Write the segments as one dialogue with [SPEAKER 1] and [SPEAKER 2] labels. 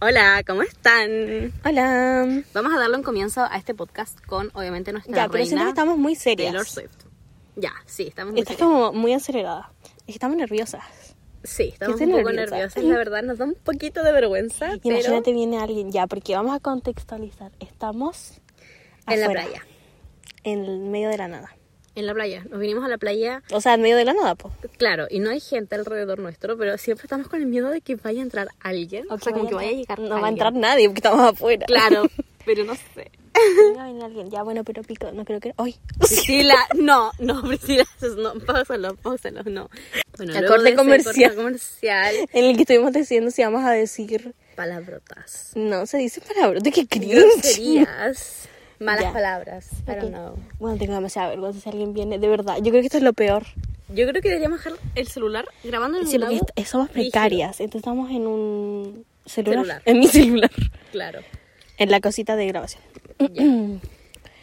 [SPEAKER 1] Hola, ¿cómo están?
[SPEAKER 2] Hola.
[SPEAKER 1] Vamos a darle un comienzo a este podcast con, obviamente, nuestra
[SPEAKER 2] Ya, pero siento
[SPEAKER 1] reina
[SPEAKER 2] que estamos muy serias.
[SPEAKER 1] Taylor Swift. Ya, sí, estamos muy
[SPEAKER 2] Estás
[SPEAKER 1] serias.
[SPEAKER 2] como muy acelerada. Estamos nerviosas.
[SPEAKER 1] Sí, estamos un
[SPEAKER 2] estoy
[SPEAKER 1] poco
[SPEAKER 2] nerviosa.
[SPEAKER 1] nerviosas, la verdad, nos da un poquito de vergüenza,
[SPEAKER 2] Imagínate viene alguien ya, porque vamos a contextualizar. Estamos
[SPEAKER 1] pero en la
[SPEAKER 2] afuera,
[SPEAKER 1] playa.
[SPEAKER 2] En el medio de la nada.
[SPEAKER 1] En la playa, nos vinimos a la playa,
[SPEAKER 2] O sea, en medio de la nada, pues.
[SPEAKER 1] claro, y no hay gente alrededor nuestro, pero siempre estamos con el miedo de que vaya a entrar alguien, o sea, como que vaya a llegar
[SPEAKER 2] No va a
[SPEAKER 1] alguien.
[SPEAKER 2] entrar nadie porque estamos afuera.
[SPEAKER 1] Claro, pero no sé.
[SPEAKER 2] Venga, viene alguien. Ya, bueno, pero pico, no creo que. ¡Ay!
[SPEAKER 1] Priscila, no, no, Priscila, eso es- no, pausalo, pausalo, no. Bueno,
[SPEAKER 2] Acorde
[SPEAKER 1] luego de ese
[SPEAKER 2] comercial.
[SPEAKER 1] corte comercial,
[SPEAKER 2] En el que estuvimos diciendo si vamos a decir.
[SPEAKER 1] palabrotas.
[SPEAKER 2] No, se dice palabras. ¿De qué cringe?
[SPEAKER 1] Groserías, malas
[SPEAKER 2] Ya.
[SPEAKER 1] palabras, I don't
[SPEAKER 2] Ok.
[SPEAKER 1] know.
[SPEAKER 2] Bueno, tengo demasiada vergüenza si alguien viene. De verdad, yo creo que esto es lo peor.
[SPEAKER 1] Yo creo que deberíamos dejar el celular grabando en
[SPEAKER 2] Sí,
[SPEAKER 1] un
[SPEAKER 2] porque
[SPEAKER 1] lado
[SPEAKER 2] est- somos
[SPEAKER 1] rígido.
[SPEAKER 2] precarias. Entonces estamos en un celular,
[SPEAKER 1] Celular.
[SPEAKER 2] En mi celular.
[SPEAKER 1] Claro.
[SPEAKER 2] En la cosita de grabación.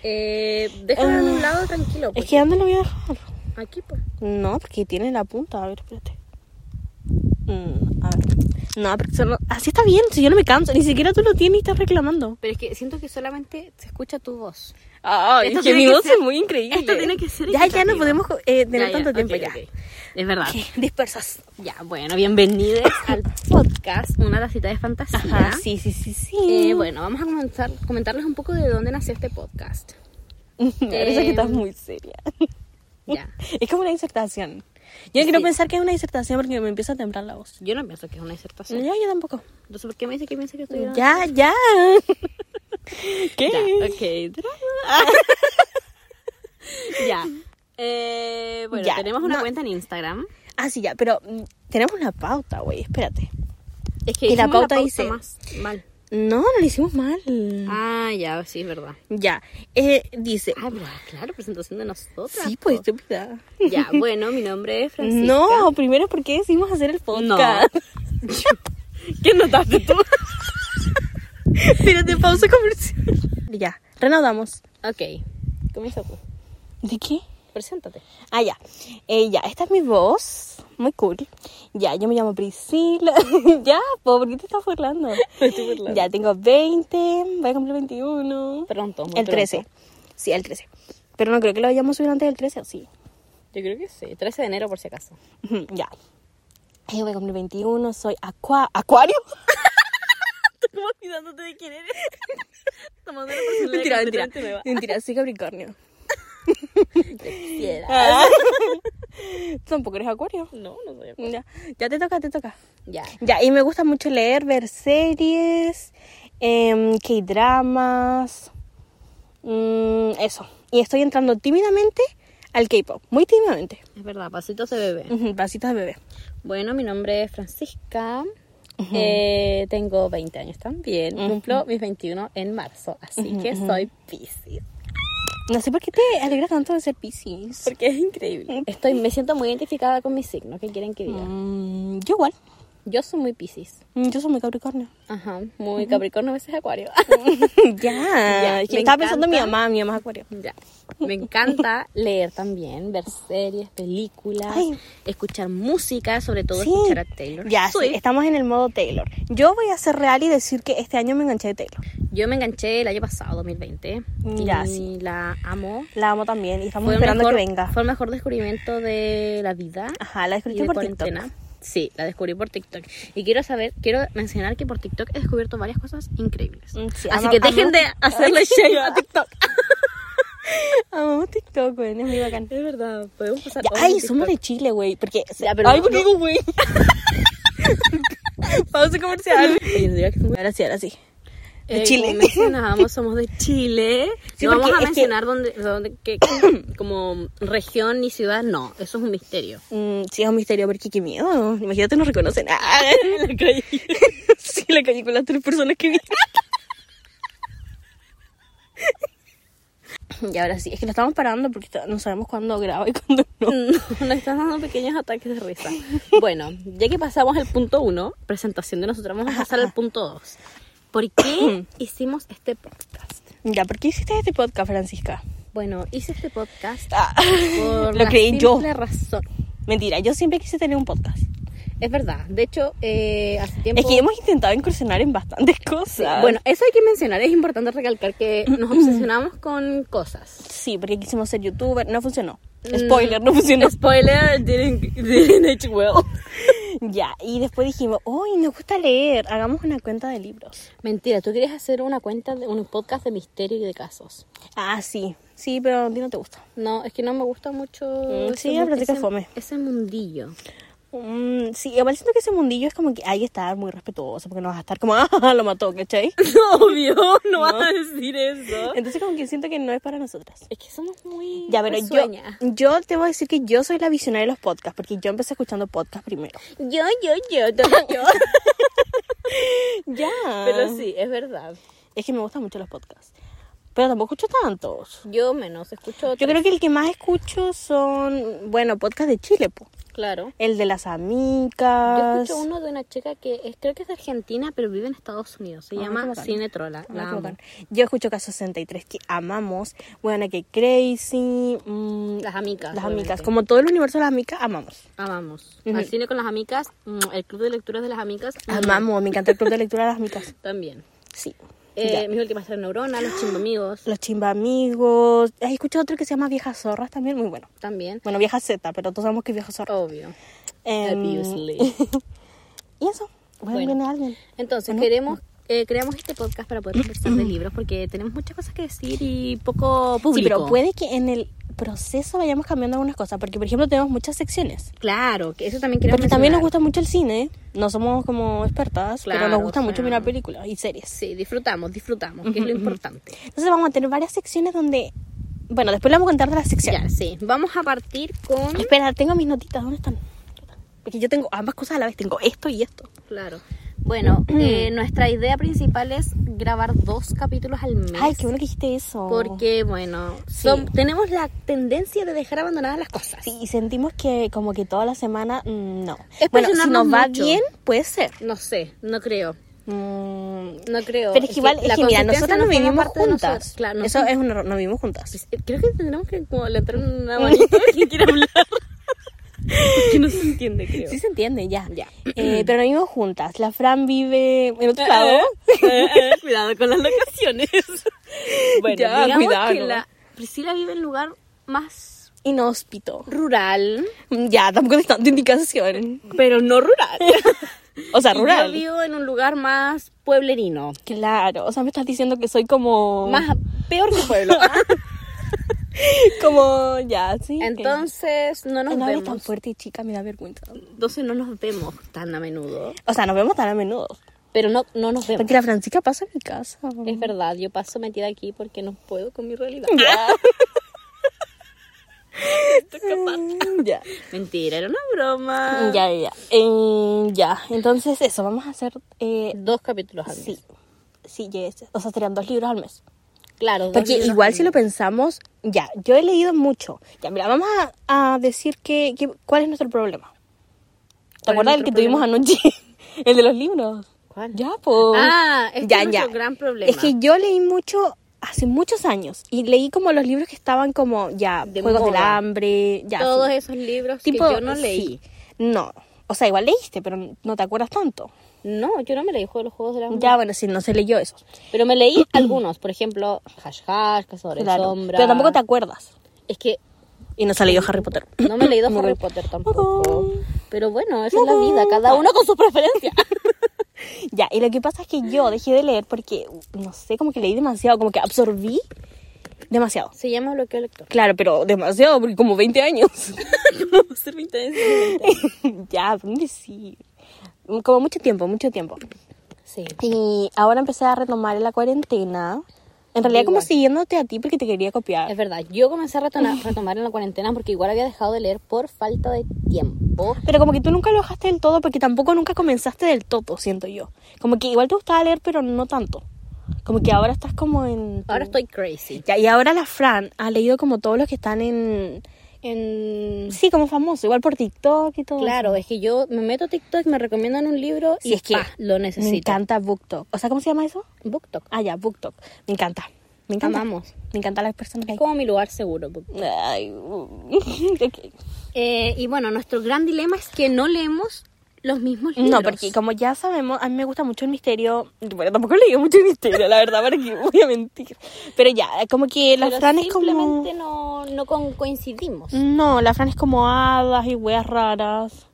[SPEAKER 1] Eh, déjalo en un lado tranquilo.
[SPEAKER 2] Es
[SPEAKER 1] porque
[SPEAKER 2] que ¿dónde lo voy a dejar?
[SPEAKER 1] Aquí, pues.
[SPEAKER 2] No, porque tiene la punta. A ver, espérate. Mm, a ver. No, porque solo- así está bien. Si yo no me canso, ni siquiera tú lo tienes y estás reclamando.
[SPEAKER 1] Pero es que siento que solamente se escucha tu voz.
[SPEAKER 2] Ay,
[SPEAKER 1] Esto
[SPEAKER 2] es que
[SPEAKER 1] tiene
[SPEAKER 2] mi
[SPEAKER 1] que
[SPEAKER 2] voz
[SPEAKER 1] ser-
[SPEAKER 2] es muy increíble.
[SPEAKER 1] esto tiene que ser
[SPEAKER 2] Ya, ya no
[SPEAKER 1] equitativo.
[SPEAKER 2] podemos eh, tener
[SPEAKER 1] Ya, ya,
[SPEAKER 2] tanto
[SPEAKER 1] ok,
[SPEAKER 2] tiempo
[SPEAKER 1] ok. Es verdad.
[SPEAKER 2] ya. Ok, Dispersas.
[SPEAKER 1] Ya, bueno, bienvenidos al podcast Una tacita de fantasía.
[SPEAKER 2] Ajá, sí, sí, sí, sí.
[SPEAKER 1] Eh, bueno, vamos a comenzar, comentarles un poco de dónde nació este podcast.
[SPEAKER 2] Me parece
[SPEAKER 1] em,
[SPEAKER 2] que estás muy seria.
[SPEAKER 1] Ya.
[SPEAKER 2] Es como una disertación. Yo no quiero
[SPEAKER 1] Sí.
[SPEAKER 2] pensar que es una disertación porque me empieza a temblar la voz.
[SPEAKER 1] Yo no pienso que es una disertación.
[SPEAKER 2] No, yo tampoco.
[SPEAKER 1] Entonces, ¿por qué me dice que piensa que estoy grabando?
[SPEAKER 2] Ya, ya. ¿Qué?
[SPEAKER 1] Ya, ok. ya. Eh, bueno,
[SPEAKER 2] Ya,
[SPEAKER 1] tenemos una
[SPEAKER 2] no.
[SPEAKER 1] cuenta en Instagram.
[SPEAKER 2] Ah, sí, ya, pero mm, tenemos una pauta, güey, espérate.
[SPEAKER 1] Es que
[SPEAKER 2] Y la
[SPEAKER 1] hicimos
[SPEAKER 2] pauta dice-
[SPEAKER 1] más mal.
[SPEAKER 2] No, no lo hicimos mal.
[SPEAKER 1] Ah, ya, sí, es verdad.
[SPEAKER 2] Ya, eh, dice...
[SPEAKER 1] Ah, pero, claro, presentación de nosotras.
[SPEAKER 2] Sí, pues,
[SPEAKER 1] po.
[SPEAKER 2] estúpida.
[SPEAKER 1] Ya, bueno, mi nombre es Francisca.
[SPEAKER 2] No, primero, ¿por qué decidimos hacer el podcast?
[SPEAKER 1] ¿Qué notaste tú?
[SPEAKER 2] Espérate, pausa comercial. Ya, reanudamos.
[SPEAKER 1] ok, comienza tú.
[SPEAKER 2] ¿De qué?
[SPEAKER 1] Preséntate.
[SPEAKER 2] Ah, ya. Eh, ya, esta es mi voz. Muy cool. Ya, yo me llamo Priscila. ya, po, ¿por qué te estás burlando?
[SPEAKER 1] estoy burlando.
[SPEAKER 2] Ya, tengo 20, voy a cumplir 21.
[SPEAKER 1] Pronto, muy
[SPEAKER 2] el 13.
[SPEAKER 1] pronto.
[SPEAKER 2] Sí, el 13. Pero no creo que lo vayamos a subir antes del 13, ¿o sí?
[SPEAKER 1] Yo creo que sí, 13 de enero por si acaso.
[SPEAKER 2] Ujú, ya. Eh, voy a cumplir 21, soy acua ¿acuario?
[SPEAKER 1] Como olvidándote de quién eres. Tomando la personalidad
[SPEAKER 2] mentira, mentira.
[SPEAKER 1] completamente nueva.
[SPEAKER 2] Mentira, soy Capricornio.
[SPEAKER 1] Fiera.
[SPEAKER 2] Tampoco eres acuario.
[SPEAKER 1] No, no soy acuario.
[SPEAKER 2] Ya, ya te toca, te toca.
[SPEAKER 1] Ya.
[SPEAKER 2] Ya, y me gusta mucho leer, ver series, em, K-dramas, mm, eso. Y estoy entrando tímidamente al K-pop, muy tímidamente.
[SPEAKER 1] Es verdad, pasitos de bebé.
[SPEAKER 2] Ujú, Pasitos de bebé.
[SPEAKER 1] Bueno, mi nombre es Francisca. Eh, tengo 20 años también. Cumplo mis 21 en marzo, así que soy Pisces.
[SPEAKER 2] No sé por qué te alegras tanto de ser Pisces.
[SPEAKER 1] Porque es increíble. Estoy, me siento muy identificada con mi signo. ¿Qué quieren que diga?
[SPEAKER 2] Mm, yo igual,
[SPEAKER 1] Yo soy muy Pisces.
[SPEAKER 2] Mm, yo soy muy Capricornio.
[SPEAKER 1] Ajá, muy Capricornio, a veces Acuario. Ya,
[SPEAKER 2] ya,
[SPEAKER 1] me
[SPEAKER 2] yo estaba pensando en mi
[SPEAKER 1] encanta.
[SPEAKER 2] mamá, mi mamá es Acuario.
[SPEAKER 1] Ya. Me encanta leer también, ver series, películas,
[SPEAKER 2] Ay.
[SPEAKER 1] escuchar música, sobre todo
[SPEAKER 2] Sí.
[SPEAKER 1] escuchar a Taylor.
[SPEAKER 2] Ya, sí,
[SPEAKER 1] Swift.
[SPEAKER 2] estamos en el modo Taylor. Yo voy a ser real y decir que este año me enganché de Taylor.
[SPEAKER 1] Yo me enganché el año pasado, 2020.
[SPEAKER 2] Ya,
[SPEAKER 1] y
[SPEAKER 2] sí.
[SPEAKER 1] la amo.
[SPEAKER 2] La amo también y estamos
[SPEAKER 1] el
[SPEAKER 2] esperando
[SPEAKER 1] mejor,
[SPEAKER 2] que venga.
[SPEAKER 1] Fue el mejor descubrimiento de la vida.
[SPEAKER 2] Ajá, la
[SPEAKER 1] y
[SPEAKER 2] descubrí
[SPEAKER 1] de
[SPEAKER 2] por
[SPEAKER 1] cuarentena.
[SPEAKER 2] TikTok.
[SPEAKER 1] Sí, la descubrí por TikTok. Y quiero saber, quiero mencionar que por TikTok he descubierto varias cosas increíbles.
[SPEAKER 2] Mm, sí,
[SPEAKER 1] Así
[SPEAKER 2] ama-
[SPEAKER 1] que dejen
[SPEAKER 2] amo-
[SPEAKER 1] de hacerle share a TikTok.
[SPEAKER 2] Amamos TikTok, güey, es muy bacán.
[SPEAKER 1] Es verdad, podemos pasar.
[SPEAKER 2] Ya, ay, somos de Chile, güey, porque...
[SPEAKER 1] Ya, pero
[SPEAKER 2] ay,
[SPEAKER 1] no-
[SPEAKER 2] ¿por qué digo, güey? Pausa comercial. Ahora sí, ahora sí. De
[SPEAKER 1] Eh,
[SPEAKER 2] Chile.
[SPEAKER 1] Como mencionábamos, somos de Chile.
[SPEAKER 2] Sí,
[SPEAKER 1] no vamos a
[SPEAKER 2] porque es que-
[SPEAKER 1] mencionar dónde, dónde qué- como región ni ciudad, no. Eso es un misterio.
[SPEAKER 2] Mm, sí, es un misterio, porque qué miedo. Imagínate, nos reconocen. Ah.
[SPEAKER 1] La calle.
[SPEAKER 2] sí, la calle con las tres personas que vienen. y ahora sí, es que lo estamos parando porque está- no sabemos cuándo graba y cuándo no.
[SPEAKER 1] Nos están dando pequeños ataques de risa. Bueno, ya que pasamos al punto uno, presentación de nosotros, vamos a pasar al punto dos. ¿Por qué hicimos este podcast?
[SPEAKER 2] Ya, ¿por qué hiciste este podcast, Francisca?
[SPEAKER 1] Bueno, hice este podcast
[SPEAKER 2] Ah.
[SPEAKER 1] por
[SPEAKER 2] Lo
[SPEAKER 1] la
[SPEAKER 2] creí yo.
[SPEAKER 1] simple razón.
[SPEAKER 2] Mentira, yo siempre quise tener un podcast.
[SPEAKER 1] Es verdad. De hecho, eh, hace tiempo...
[SPEAKER 2] Es que hemos intentado incursionar en bastantes
[SPEAKER 1] Sí,
[SPEAKER 2] cosas.
[SPEAKER 1] Bueno, eso hay que mencionar. Es importante recalcar que nos obsesionamos con cosas.
[SPEAKER 2] Sí, porque quisimos ser youtuber, no funcionó. Spoiler, no funcionó.
[SPEAKER 1] Spoiler, didn't, didn't age well.
[SPEAKER 2] Ya, y después dijimos, uy, nos gusta leer, hagamos una cuenta de libros.
[SPEAKER 1] Mentira, tú querías hacer una cuenta, de, un podcast de misterio y de casos.
[SPEAKER 2] Ah, sí, sí, pero a ti no te gusta.
[SPEAKER 1] No, es que no me gusta mucho.
[SPEAKER 2] Mm, sí,
[SPEAKER 1] ese-
[SPEAKER 2] la plática
[SPEAKER 1] ese-
[SPEAKER 2] fome.
[SPEAKER 1] Ese mundillo.
[SPEAKER 2] Mm, sí, igual siento que ese mundillo es como que hay que estar muy respetuoso, porque no vas a estar como, ah, lo mató, ¿cachai?
[SPEAKER 1] Obvio, no, vas a decir eso.
[SPEAKER 2] Entonces como que siento que no es para nosotras.
[SPEAKER 1] Es que somos muy.
[SPEAKER 2] Ya, pero
[SPEAKER 1] risueñas.
[SPEAKER 2] yo, yo te voy a decir que yo soy la visionaria de los podcasts, porque yo empecé escuchando podcasts primero.
[SPEAKER 1] Yo, yo, yo, todo yo.
[SPEAKER 2] Ya.
[SPEAKER 1] pero sí, es verdad.
[SPEAKER 2] Es que me gustan mucho los podcasts. Pero tampoco escucho tantos.
[SPEAKER 1] Yo menos escucho
[SPEAKER 2] Yo
[SPEAKER 1] otro.
[SPEAKER 2] creo que el que más escucho son, bueno, podcasts de Chile, po.
[SPEAKER 1] Claro.
[SPEAKER 2] El de las
[SPEAKER 1] Yo
[SPEAKER 2] amigas.
[SPEAKER 1] escucho uno de una chica que es- creo que es de Argentina, pero vive en Estados Unidos. Se
[SPEAKER 2] Ah, qué
[SPEAKER 1] llama
[SPEAKER 2] bacán.
[SPEAKER 1] Cine Trola.
[SPEAKER 2] Ah,
[SPEAKER 1] La
[SPEAKER 2] qué
[SPEAKER 1] amo.
[SPEAKER 2] bacán. Yo escucho Caso 63, que amamos. Buena que Crazy. mm,
[SPEAKER 1] Las amigas.
[SPEAKER 2] las
[SPEAKER 1] obviamente.
[SPEAKER 2] amigas. Como todo el universo de las amigas, amamos.
[SPEAKER 1] Amamos.
[SPEAKER 2] Ujú. Ah,
[SPEAKER 1] Al cine con las amigas, mm, el club de lecturas de las amigas. mm,
[SPEAKER 2] Amamos. Me encanta el club de lectura de las amigas.
[SPEAKER 1] También.
[SPEAKER 2] Sí.
[SPEAKER 1] Eh, mis últimas tres neuronas, los chimbamigos.
[SPEAKER 2] Los chimba amigos. He escuchado otro que se llama Viejas Zorras también, muy bueno.
[SPEAKER 1] También.
[SPEAKER 2] Bueno, Vieja Z, pero todos sabemos que es Vieja Zorra.
[SPEAKER 1] Obvio.
[SPEAKER 2] Em,
[SPEAKER 1] Oh, Obviously.
[SPEAKER 2] y eso. Bueno,
[SPEAKER 1] Bueno.
[SPEAKER 2] viene alguien.
[SPEAKER 1] Entonces, queremos, eh, creamos este podcast para poder conversar de libros porque tenemos muchas cosas que decir y poco público.
[SPEAKER 2] Sí, pero puede que en el proceso vayamos cambiando algunas cosas, porque por ejemplo tenemos muchas secciones.
[SPEAKER 1] Claro, que eso también queremos
[SPEAKER 2] Porque también nos
[SPEAKER 1] mencionar.
[SPEAKER 2] gusta mucho el cine, no somos como expertas, pero
[SPEAKER 1] Claro,
[SPEAKER 2] nos gusta
[SPEAKER 1] o
[SPEAKER 2] mucho
[SPEAKER 1] sea.
[SPEAKER 2] mirar películas y series.
[SPEAKER 1] Sí, disfrutamos, disfrutamos, que es lo importante.
[SPEAKER 2] Entonces vamos a tener varias secciones donde... Bueno, después le vamos a contar de las secciones.
[SPEAKER 1] Ya, sí. Vamos a partir con...
[SPEAKER 2] Espera, tengo mis notitas, ¿dónde están? Porque yo tengo ambas cosas a la vez, tengo esto y esto.
[SPEAKER 1] Claro. Bueno, eh, nuestra idea principal es grabar dos capítulos al mes.
[SPEAKER 2] Ay, qué bueno que dijiste eso.
[SPEAKER 1] Porque, bueno, son- tenemos la tendencia de dejar abandonadas las cosas.
[SPEAKER 2] Sí, y sentimos que como que toda la semana... mm,
[SPEAKER 1] Es
[SPEAKER 2] No. bueno, si
[SPEAKER 1] presionarnos
[SPEAKER 2] nos va
[SPEAKER 1] mucho.
[SPEAKER 2] bien, puede ser.
[SPEAKER 1] No sé, no creo.
[SPEAKER 2] Mm,
[SPEAKER 1] No creo.
[SPEAKER 2] Pero es que igual, es
[SPEAKER 1] la
[SPEAKER 2] que mira,
[SPEAKER 1] consistencia
[SPEAKER 2] nosotras
[SPEAKER 1] no
[SPEAKER 2] nos
[SPEAKER 1] forma
[SPEAKER 2] vivimos
[SPEAKER 1] parte de nosotras.
[SPEAKER 2] juntas.
[SPEAKER 1] Claro, no
[SPEAKER 2] Eso
[SPEAKER 1] sé.
[SPEAKER 2] es un error, nos vivimos juntas.
[SPEAKER 1] Creo que tendremos que como levantar una manito que quiera hablar. Porque no se entiende, creo.
[SPEAKER 2] Sí se entiende, ya. Ah,
[SPEAKER 1] Ya.
[SPEAKER 2] Eh, pero nos vivimos juntas. La Fran vive en otro lado.
[SPEAKER 1] Eh, eh, cuidado con las locaciones. Bueno,
[SPEAKER 2] Ya,
[SPEAKER 1] digamos
[SPEAKER 2] cuidado.
[SPEAKER 1] que la Priscila vive en un lugar más
[SPEAKER 2] Inhóspito.
[SPEAKER 1] rural,
[SPEAKER 2] Ya, tampoco es tanta indicación.
[SPEAKER 1] pero no rural.
[SPEAKER 2] O sea,
[SPEAKER 1] Y
[SPEAKER 2] rural.
[SPEAKER 1] Yo vivo Mm. en un lugar más pueblerino.
[SPEAKER 2] Claro, o sea, me estás diciendo que soy como...
[SPEAKER 1] Más peor que pueblo.
[SPEAKER 2] Como, ya, sí. que-
[SPEAKER 1] Entonces no nos
[SPEAKER 2] Ay, no hables tan
[SPEAKER 1] vemos.
[SPEAKER 2] fuerte y chica, me da vergüenza.
[SPEAKER 1] Entonces no nos vemos tan a menudo.
[SPEAKER 2] O sea, nos vemos tan a menudo.
[SPEAKER 1] Pero no, no nos vemos.
[SPEAKER 2] Porque la Francisca pasa en mi casa.
[SPEAKER 1] Es verdad, yo paso metida aquí porque no puedo con mi realidad.
[SPEAKER 2] Ya.
[SPEAKER 1] Estoy capaz.
[SPEAKER 2] ya.
[SPEAKER 1] Mentira, era una broma.
[SPEAKER 2] Ya, ya. Eh, ya, entonces eso, vamos a hacer... eh,
[SPEAKER 1] Dos capítulos al mes.
[SPEAKER 2] sí, sí, ya es- O sea, serían dos libros al mes.
[SPEAKER 1] Claro, dos
[SPEAKER 2] Porque
[SPEAKER 1] libros
[SPEAKER 2] igual
[SPEAKER 1] al
[SPEAKER 2] si lo pensamos, ya, yo he leído mucho. Ya, mira, vamos a, a decir que, que- cuál es nuestro problema. ¿Te
[SPEAKER 1] ¿Cuál es
[SPEAKER 2] acuerdas del que
[SPEAKER 1] nuestro
[SPEAKER 2] tuvimos anoche? El de los libros.
[SPEAKER 1] ¿Cuál?
[SPEAKER 2] Ya, pues.
[SPEAKER 1] Ah, este es nuestro gran problema.
[SPEAKER 2] Es que yo leí mucho hace muchos años y leí como los libros que estaban como ya
[SPEAKER 1] De
[SPEAKER 2] Juegos del
[SPEAKER 1] moda.
[SPEAKER 2] Hambre, ya.
[SPEAKER 1] Todos
[SPEAKER 2] sí.
[SPEAKER 1] esos libros
[SPEAKER 2] tipo
[SPEAKER 1] que yo no
[SPEAKER 2] sí.
[SPEAKER 1] leí.
[SPEAKER 2] No. O sea, igual leíste, pero no te acuerdas tanto.
[SPEAKER 1] No, yo no me leí Juego de los Juegos de la
[SPEAKER 2] Ya, bueno, sí, no se leyó esos.
[SPEAKER 1] Pero me leí algunos, por ejemplo, Hash Hash, Cazadores de
[SPEAKER 2] Claro.
[SPEAKER 1] Sombra.
[SPEAKER 2] Pero tampoco te acuerdas.
[SPEAKER 1] Es que
[SPEAKER 2] Y no se leyó Harry Potter.
[SPEAKER 1] no me he leído Harry
[SPEAKER 2] bueno.
[SPEAKER 1] Potter tampoco. Pero bueno, esa es la vida, cada
[SPEAKER 2] Mugón.
[SPEAKER 1] uno con sus preferencias.
[SPEAKER 2] Ya, y lo que pasa es que yo dejé de leer porque, no sé, como que leí demasiado, como que absorbí demasiado.
[SPEAKER 1] Se llama bloqueo lector.
[SPEAKER 2] Claro, pero demasiado, porque como 20 años.
[SPEAKER 1] Como ser mi intención.
[SPEAKER 2] ya, ¿dónde sí? Como mucho tiempo, mucho tiempo.
[SPEAKER 1] Sí.
[SPEAKER 2] Y ahora empecé a retomar la cuarentena. En realidad, como
[SPEAKER 1] Igual.
[SPEAKER 2] siguiéndote a ti porque te quería copiar.
[SPEAKER 1] Es verdad, yo comencé a retona- retomar en la cuarentena porque igual había dejado de leer por falta de tiempo.
[SPEAKER 2] Pero como que tú nunca lo dejaste del todo porque tampoco nunca comenzaste del todo, siento yo. Como que igual te gustaba leer, pero no tanto. Como que ahora estás como en... tu-
[SPEAKER 1] Ahora estoy crazy.
[SPEAKER 2] Ya, y ahora la Fran ha leído como todos los que están en...
[SPEAKER 1] En...
[SPEAKER 2] Sí, como famoso, igual por TikTok y todo.
[SPEAKER 1] Claro, es que yo me meto a TikTok, me recomiendan un libro
[SPEAKER 2] Si
[SPEAKER 1] y
[SPEAKER 2] es que
[SPEAKER 1] pa, lo
[SPEAKER 2] eso. Me
[SPEAKER 1] necesito.
[SPEAKER 2] encanta BookTok. O sea, ¿cómo se llama eso?
[SPEAKER 1] BookTok.
[SPEAKER 2] Ah, ya, BookTok. Me encanta. Me encanta.
[SPEAKER 1] Amamos.
[SPEAKER 2] Me encanta las personas que
[SPEAKER 1] Es
[SPEAKER 2] hay.
[SPEAKER 1] como mi lugar seguro. Book-
[SPEAKER 2] Ay, uh, ok.
[SPEAKER 1] Eh, y bueno, nuestro gran dilema es que no leemos los mismos libros.
[SPEAKER 2] No, porque como ya sabemos, a mí me gusta mucho el misterio. Bueno, tampoco leí mucho el misterio, la verdad, para que voy a mentir. Pero ya, como que la
[SPEAKER 1] Pero
[SPEAKER 2] Fran es como.
[SPEAKER 1] simplemente no, no con- coincidimos.
[SPEAKER 2] No, la Fran es como hadas y weas raras.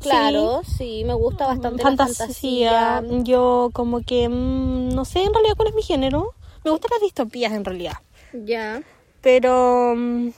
[SPEAKER 1] Claro, sí. me gusta
[SPEAKER 2] Sí,
[SPEAKER 1] bastante la
[SPEAKER 2] fantasía.
[SPEAKER 1] fantasía.
[SPEAKER 2] Yo, como que. mm, no sé en realidad cuál es mi género. Me gustan las distopías en realidad.
[SPEAKER 1] Ya.
[SPEAKER 2] Pero. mm,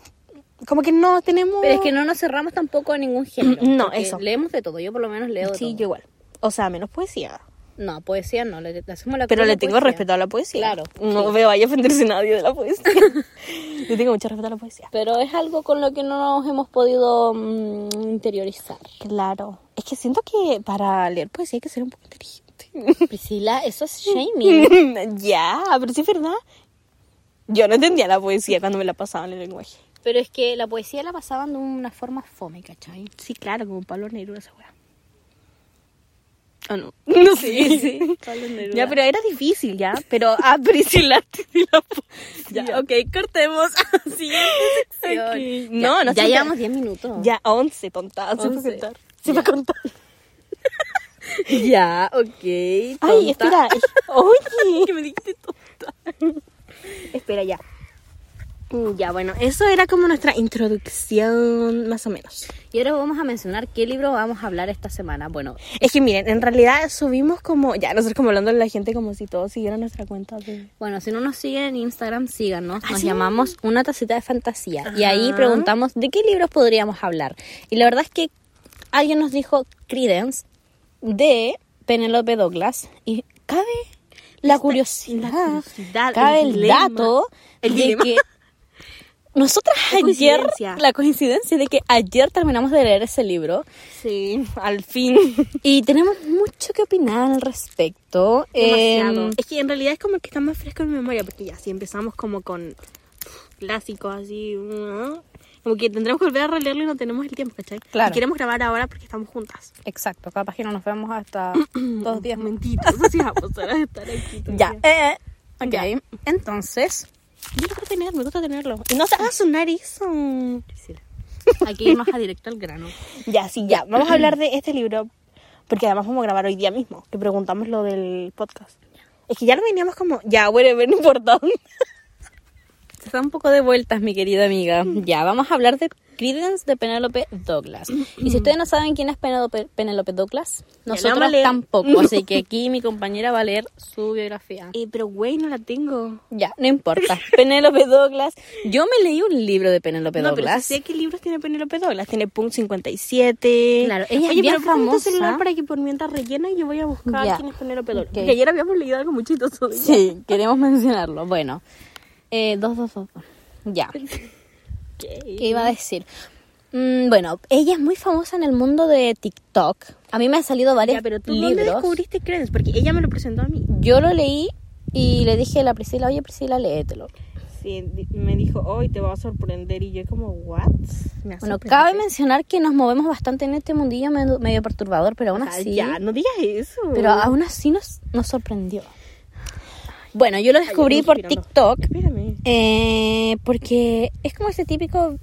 [SPEAKER 2] como que no tenemos.
[SPEAKER 1] Pero es que no nos cerramos tampoco a ningún género.
[SPEAKER 2] No,
[SPEAKER 1] porque
[SPEAKER 2] eso.
[SPEAKER 1] Leemos de todo, yo por lo menos leo de
[SPEAKER 2] Sí,
[SPEAKER 1] todo.
[SPEAKER 2] yo igual. O sea, menos poesía.
[SPEAKER 1] No, poesía no, le, le hacemos la
[SPEAKER 2] Pero
[SPEAKER 1] cruel
[SPEAKER 2] le
[SPEAKER 1] a
[SPEAKER 2] tengo
[SPEAKER 1] poesía.
[SPEAKER 2] respeto a la poesía.
[SPEAKER 1] Claro,
[SPEAKER 2] No veo vaya a ofenderse nadie de la poesía. le tengo mucho respeto a la poesía.
[SPEAKER 1] Pero es algo con lo que no nos hemos podido mm, interiorizar.
[SPEAKER 2] Claro. Es que siento que para leer poesía hay que ser un poco inteligente.
[SPEAKER 1] Priscila, eso es shaming.
[SPEAKER 2] ya, pero sí es verdad. Yo no entendía la poesía cuando me la pasaban en el lenguaje.
[SPEAKER 1] Pero es que la poesía la pasaban de una forma fome, ¿cachai?
[SPEAKER 2] Sí, claro, como Pablo Neruda esa weá. Ah, no. No sé. Ya, pero era difícil, ya. Pero ah, Priscila te di la po- Ya, ok, cortemos. Siguiente sección.
[SPEAKER 1] Ok.
[SPEAKER 2] No, no
[SPEAKER 1] ya
[SPEAKER 2] sé.
[SPEAKER 1] llevamos 10 minutos.
[SPEAKER 2] Ya, 11, tonta. Se va a
[SPEAKER 1] Once.
[SPEAKER 2] contar. Se va a contar.
[SPEAKER 1] ya, ok.
[SPEAKER 2] Ay,
[SPEAKER 1] tonta.
[SPEAKER 2] espera. Oye.
[SPEAKER 1] me dijiste tonta.
[SPEAKER 2] espera, ya. Mm, Ya, bueno, eso era como nuestra introducción, más o menos.
[SPEAKER 1] Y ahora vamos a mencionar qué libro vamos a hablar esta semana. Bueno,
[SPEAKER 2] Es que miren, en realidad subimos como, ya, nosotros como hablando de la gente como si todos siguieran nuestra cuenta de...
[SPEAKER 1] bueno, si no nos siguen en Instagram, síganos. Nos
[SPEAKER 2] ¿Ah, sí.
[SPEAKER 1] llamamos Una Tacita de Fantasía. Y ahí
[SPEAKER 2] Ajá.
[SPEAKER 1] preguntamos de qué libros podríamos hablar. Y la verdad es que alguien nos dijo Credence de Penelope Douglas. Y cabe la curiosidad,
[SPEAKER 2] curiosidad,
[SPEAKER 1] cabe
[SPEAKER 2] el
[SPEAKER 1] el,
[SPEAKER 2] dilema,
[SPEAKER 1] dato
[SPEAKER 2] el
[SPEAKER 1] de
[SPEAKER 2] dilema.
[SPEAKER 1] que nosotras
[SPEAKER 2] La
[SPEAKER 1] ayer,
[SPEAKER 2] coincidencia.
[SPEAKER 1] la coincidencia de que ayer terminamos de leer ese libro.
[SPEAKER 2] Sí, al fin.
[SPEAKER 1] Y tenemos mucho que opinar al respecto.
[SPEAKER 2] Demasiado.
[SPEAKER 1] Em,
[SPEAKER 2] es que en realidad es como el que está más fresco en mi memoria, porque ya, si empezamos como con pff, clásicos así, ¿no? como que tendremos que volver a releerlo y no tenemos el tiempo, ¿cachai?
[SPEAKER 1] Claro.
[SPEAKER 2] Y queremos grabar ahora porque estamos juntas.
[SPEAKER 1] exacto, capaz que no nos vemos hasta dos días más.
[SPEAKER 2] mentiras, así vamos a estar aquí.
[SPEAKER 1] Ya.
[SPEAKER 2] todavía.
[SPEAKER 1] eh, ok.
[SPEAKER 2] Ya.
[SPEAKER 1] Entonces,
[SPEAKER 2] Yo lo quiero tener, me gusta tenerlo. Y no se haga sonar eso.
[SPEAKER 1] aquí irnos a directo al grano.
[SPEAKER 2] Ya, sí, ya. Vamos a hablar de este libro, porque además vamos a grabar hoy día mismo, que preguntamos lo del podcast. Es que ya lo veníamos como, ya, whatever, no importa.
[SPEAKER 1] Se da un poco de vueltas, mi querida amiga.
[SPEAKER 2] Mm.
[SPEAKER 1] Ya, vamos a hablar de Credence de Penélope Douglas. Y si ustedes no saben quién es Penélope, Penélope Douglas,
[SPEAKER 2] no
[SPEAKER 1] nosotros
[SPEAKER 2] Mm. vamos a leer.
[SPEAKER 1] tampoco. Así que aquí mi compañera va a leer su biografía.
[SPEAKER 2] Eh, pero güey, no la tengo.
[SPEAKER 1] Ya, no importa. Penélope Douglas. Yo me leí un libro de Penélope
[SPEAKER 2] no, pero sí
[SPEAKER 1] Douglas.
[SPEAKER 2] sé qué libros tiene Penélope Douglas. Tiene Punk 57.
[SPEAKER 1] Claro, ella es
[SPEAKER 2] Oye,
[SPEAKER 1] bien
[SPEAKER 2] pero ponme tu
[SPEAKER 1] famosa.
[SPEAKER 2] celular para que por mientras rellena y yo voy a buscar
[SPEAKER 1] Ya.
[SPEAKER 2] quién es Penélope Douglas.
[SPEAKER 1] Ok.
[SPEAKER 2] Porque ayer habíamos leído algo muy chistoso. de ella.
[SPEAKER 1] Sí, queremos mencionarlo. Bueno, eh, dos, dos, dos. dos. Ya. ¿Qué iba a decir? Mm, bueno, ella es muy famosa en el mundo de TikTok. A mí me han salido varios
[SPEAKER 2] Ya, pero tú dónde
[SPEAKER 1] libros.
[SPEAKER 2] descubriste Credence? Porque ella me lo presentó a mí.
[SPEAKER 1] Yo lo leí y le dije a la Priscila, oye Priscila, léetelo.
[SPEAKER 2] Sí, di- me dijo, hoy te va a sorprender. Y yo como, what? Me ha
[SPEAKER 1] Bueno,
[SPEAKER 2] sorprendido.
[SPEAKER 1] cabe mencionar que nos movemos bastante en este mundillo medio, medio perturbador, pero aún
[SPEAKER 2] O sea,
[SPEAKER 1] así...
[SPEAKER 2] Ah, Ya, no digas eso.
[SPEAKER 1] Pero ah, aún así nos, nos sorprendió. Bueno, yo lo descubrí por
[SPEAKER 2] respirando.
[SPEAKER 1] TikTok
[SPEAKER 2] Espérame.
[SPEAKER 1] Eh, porque es como ese típico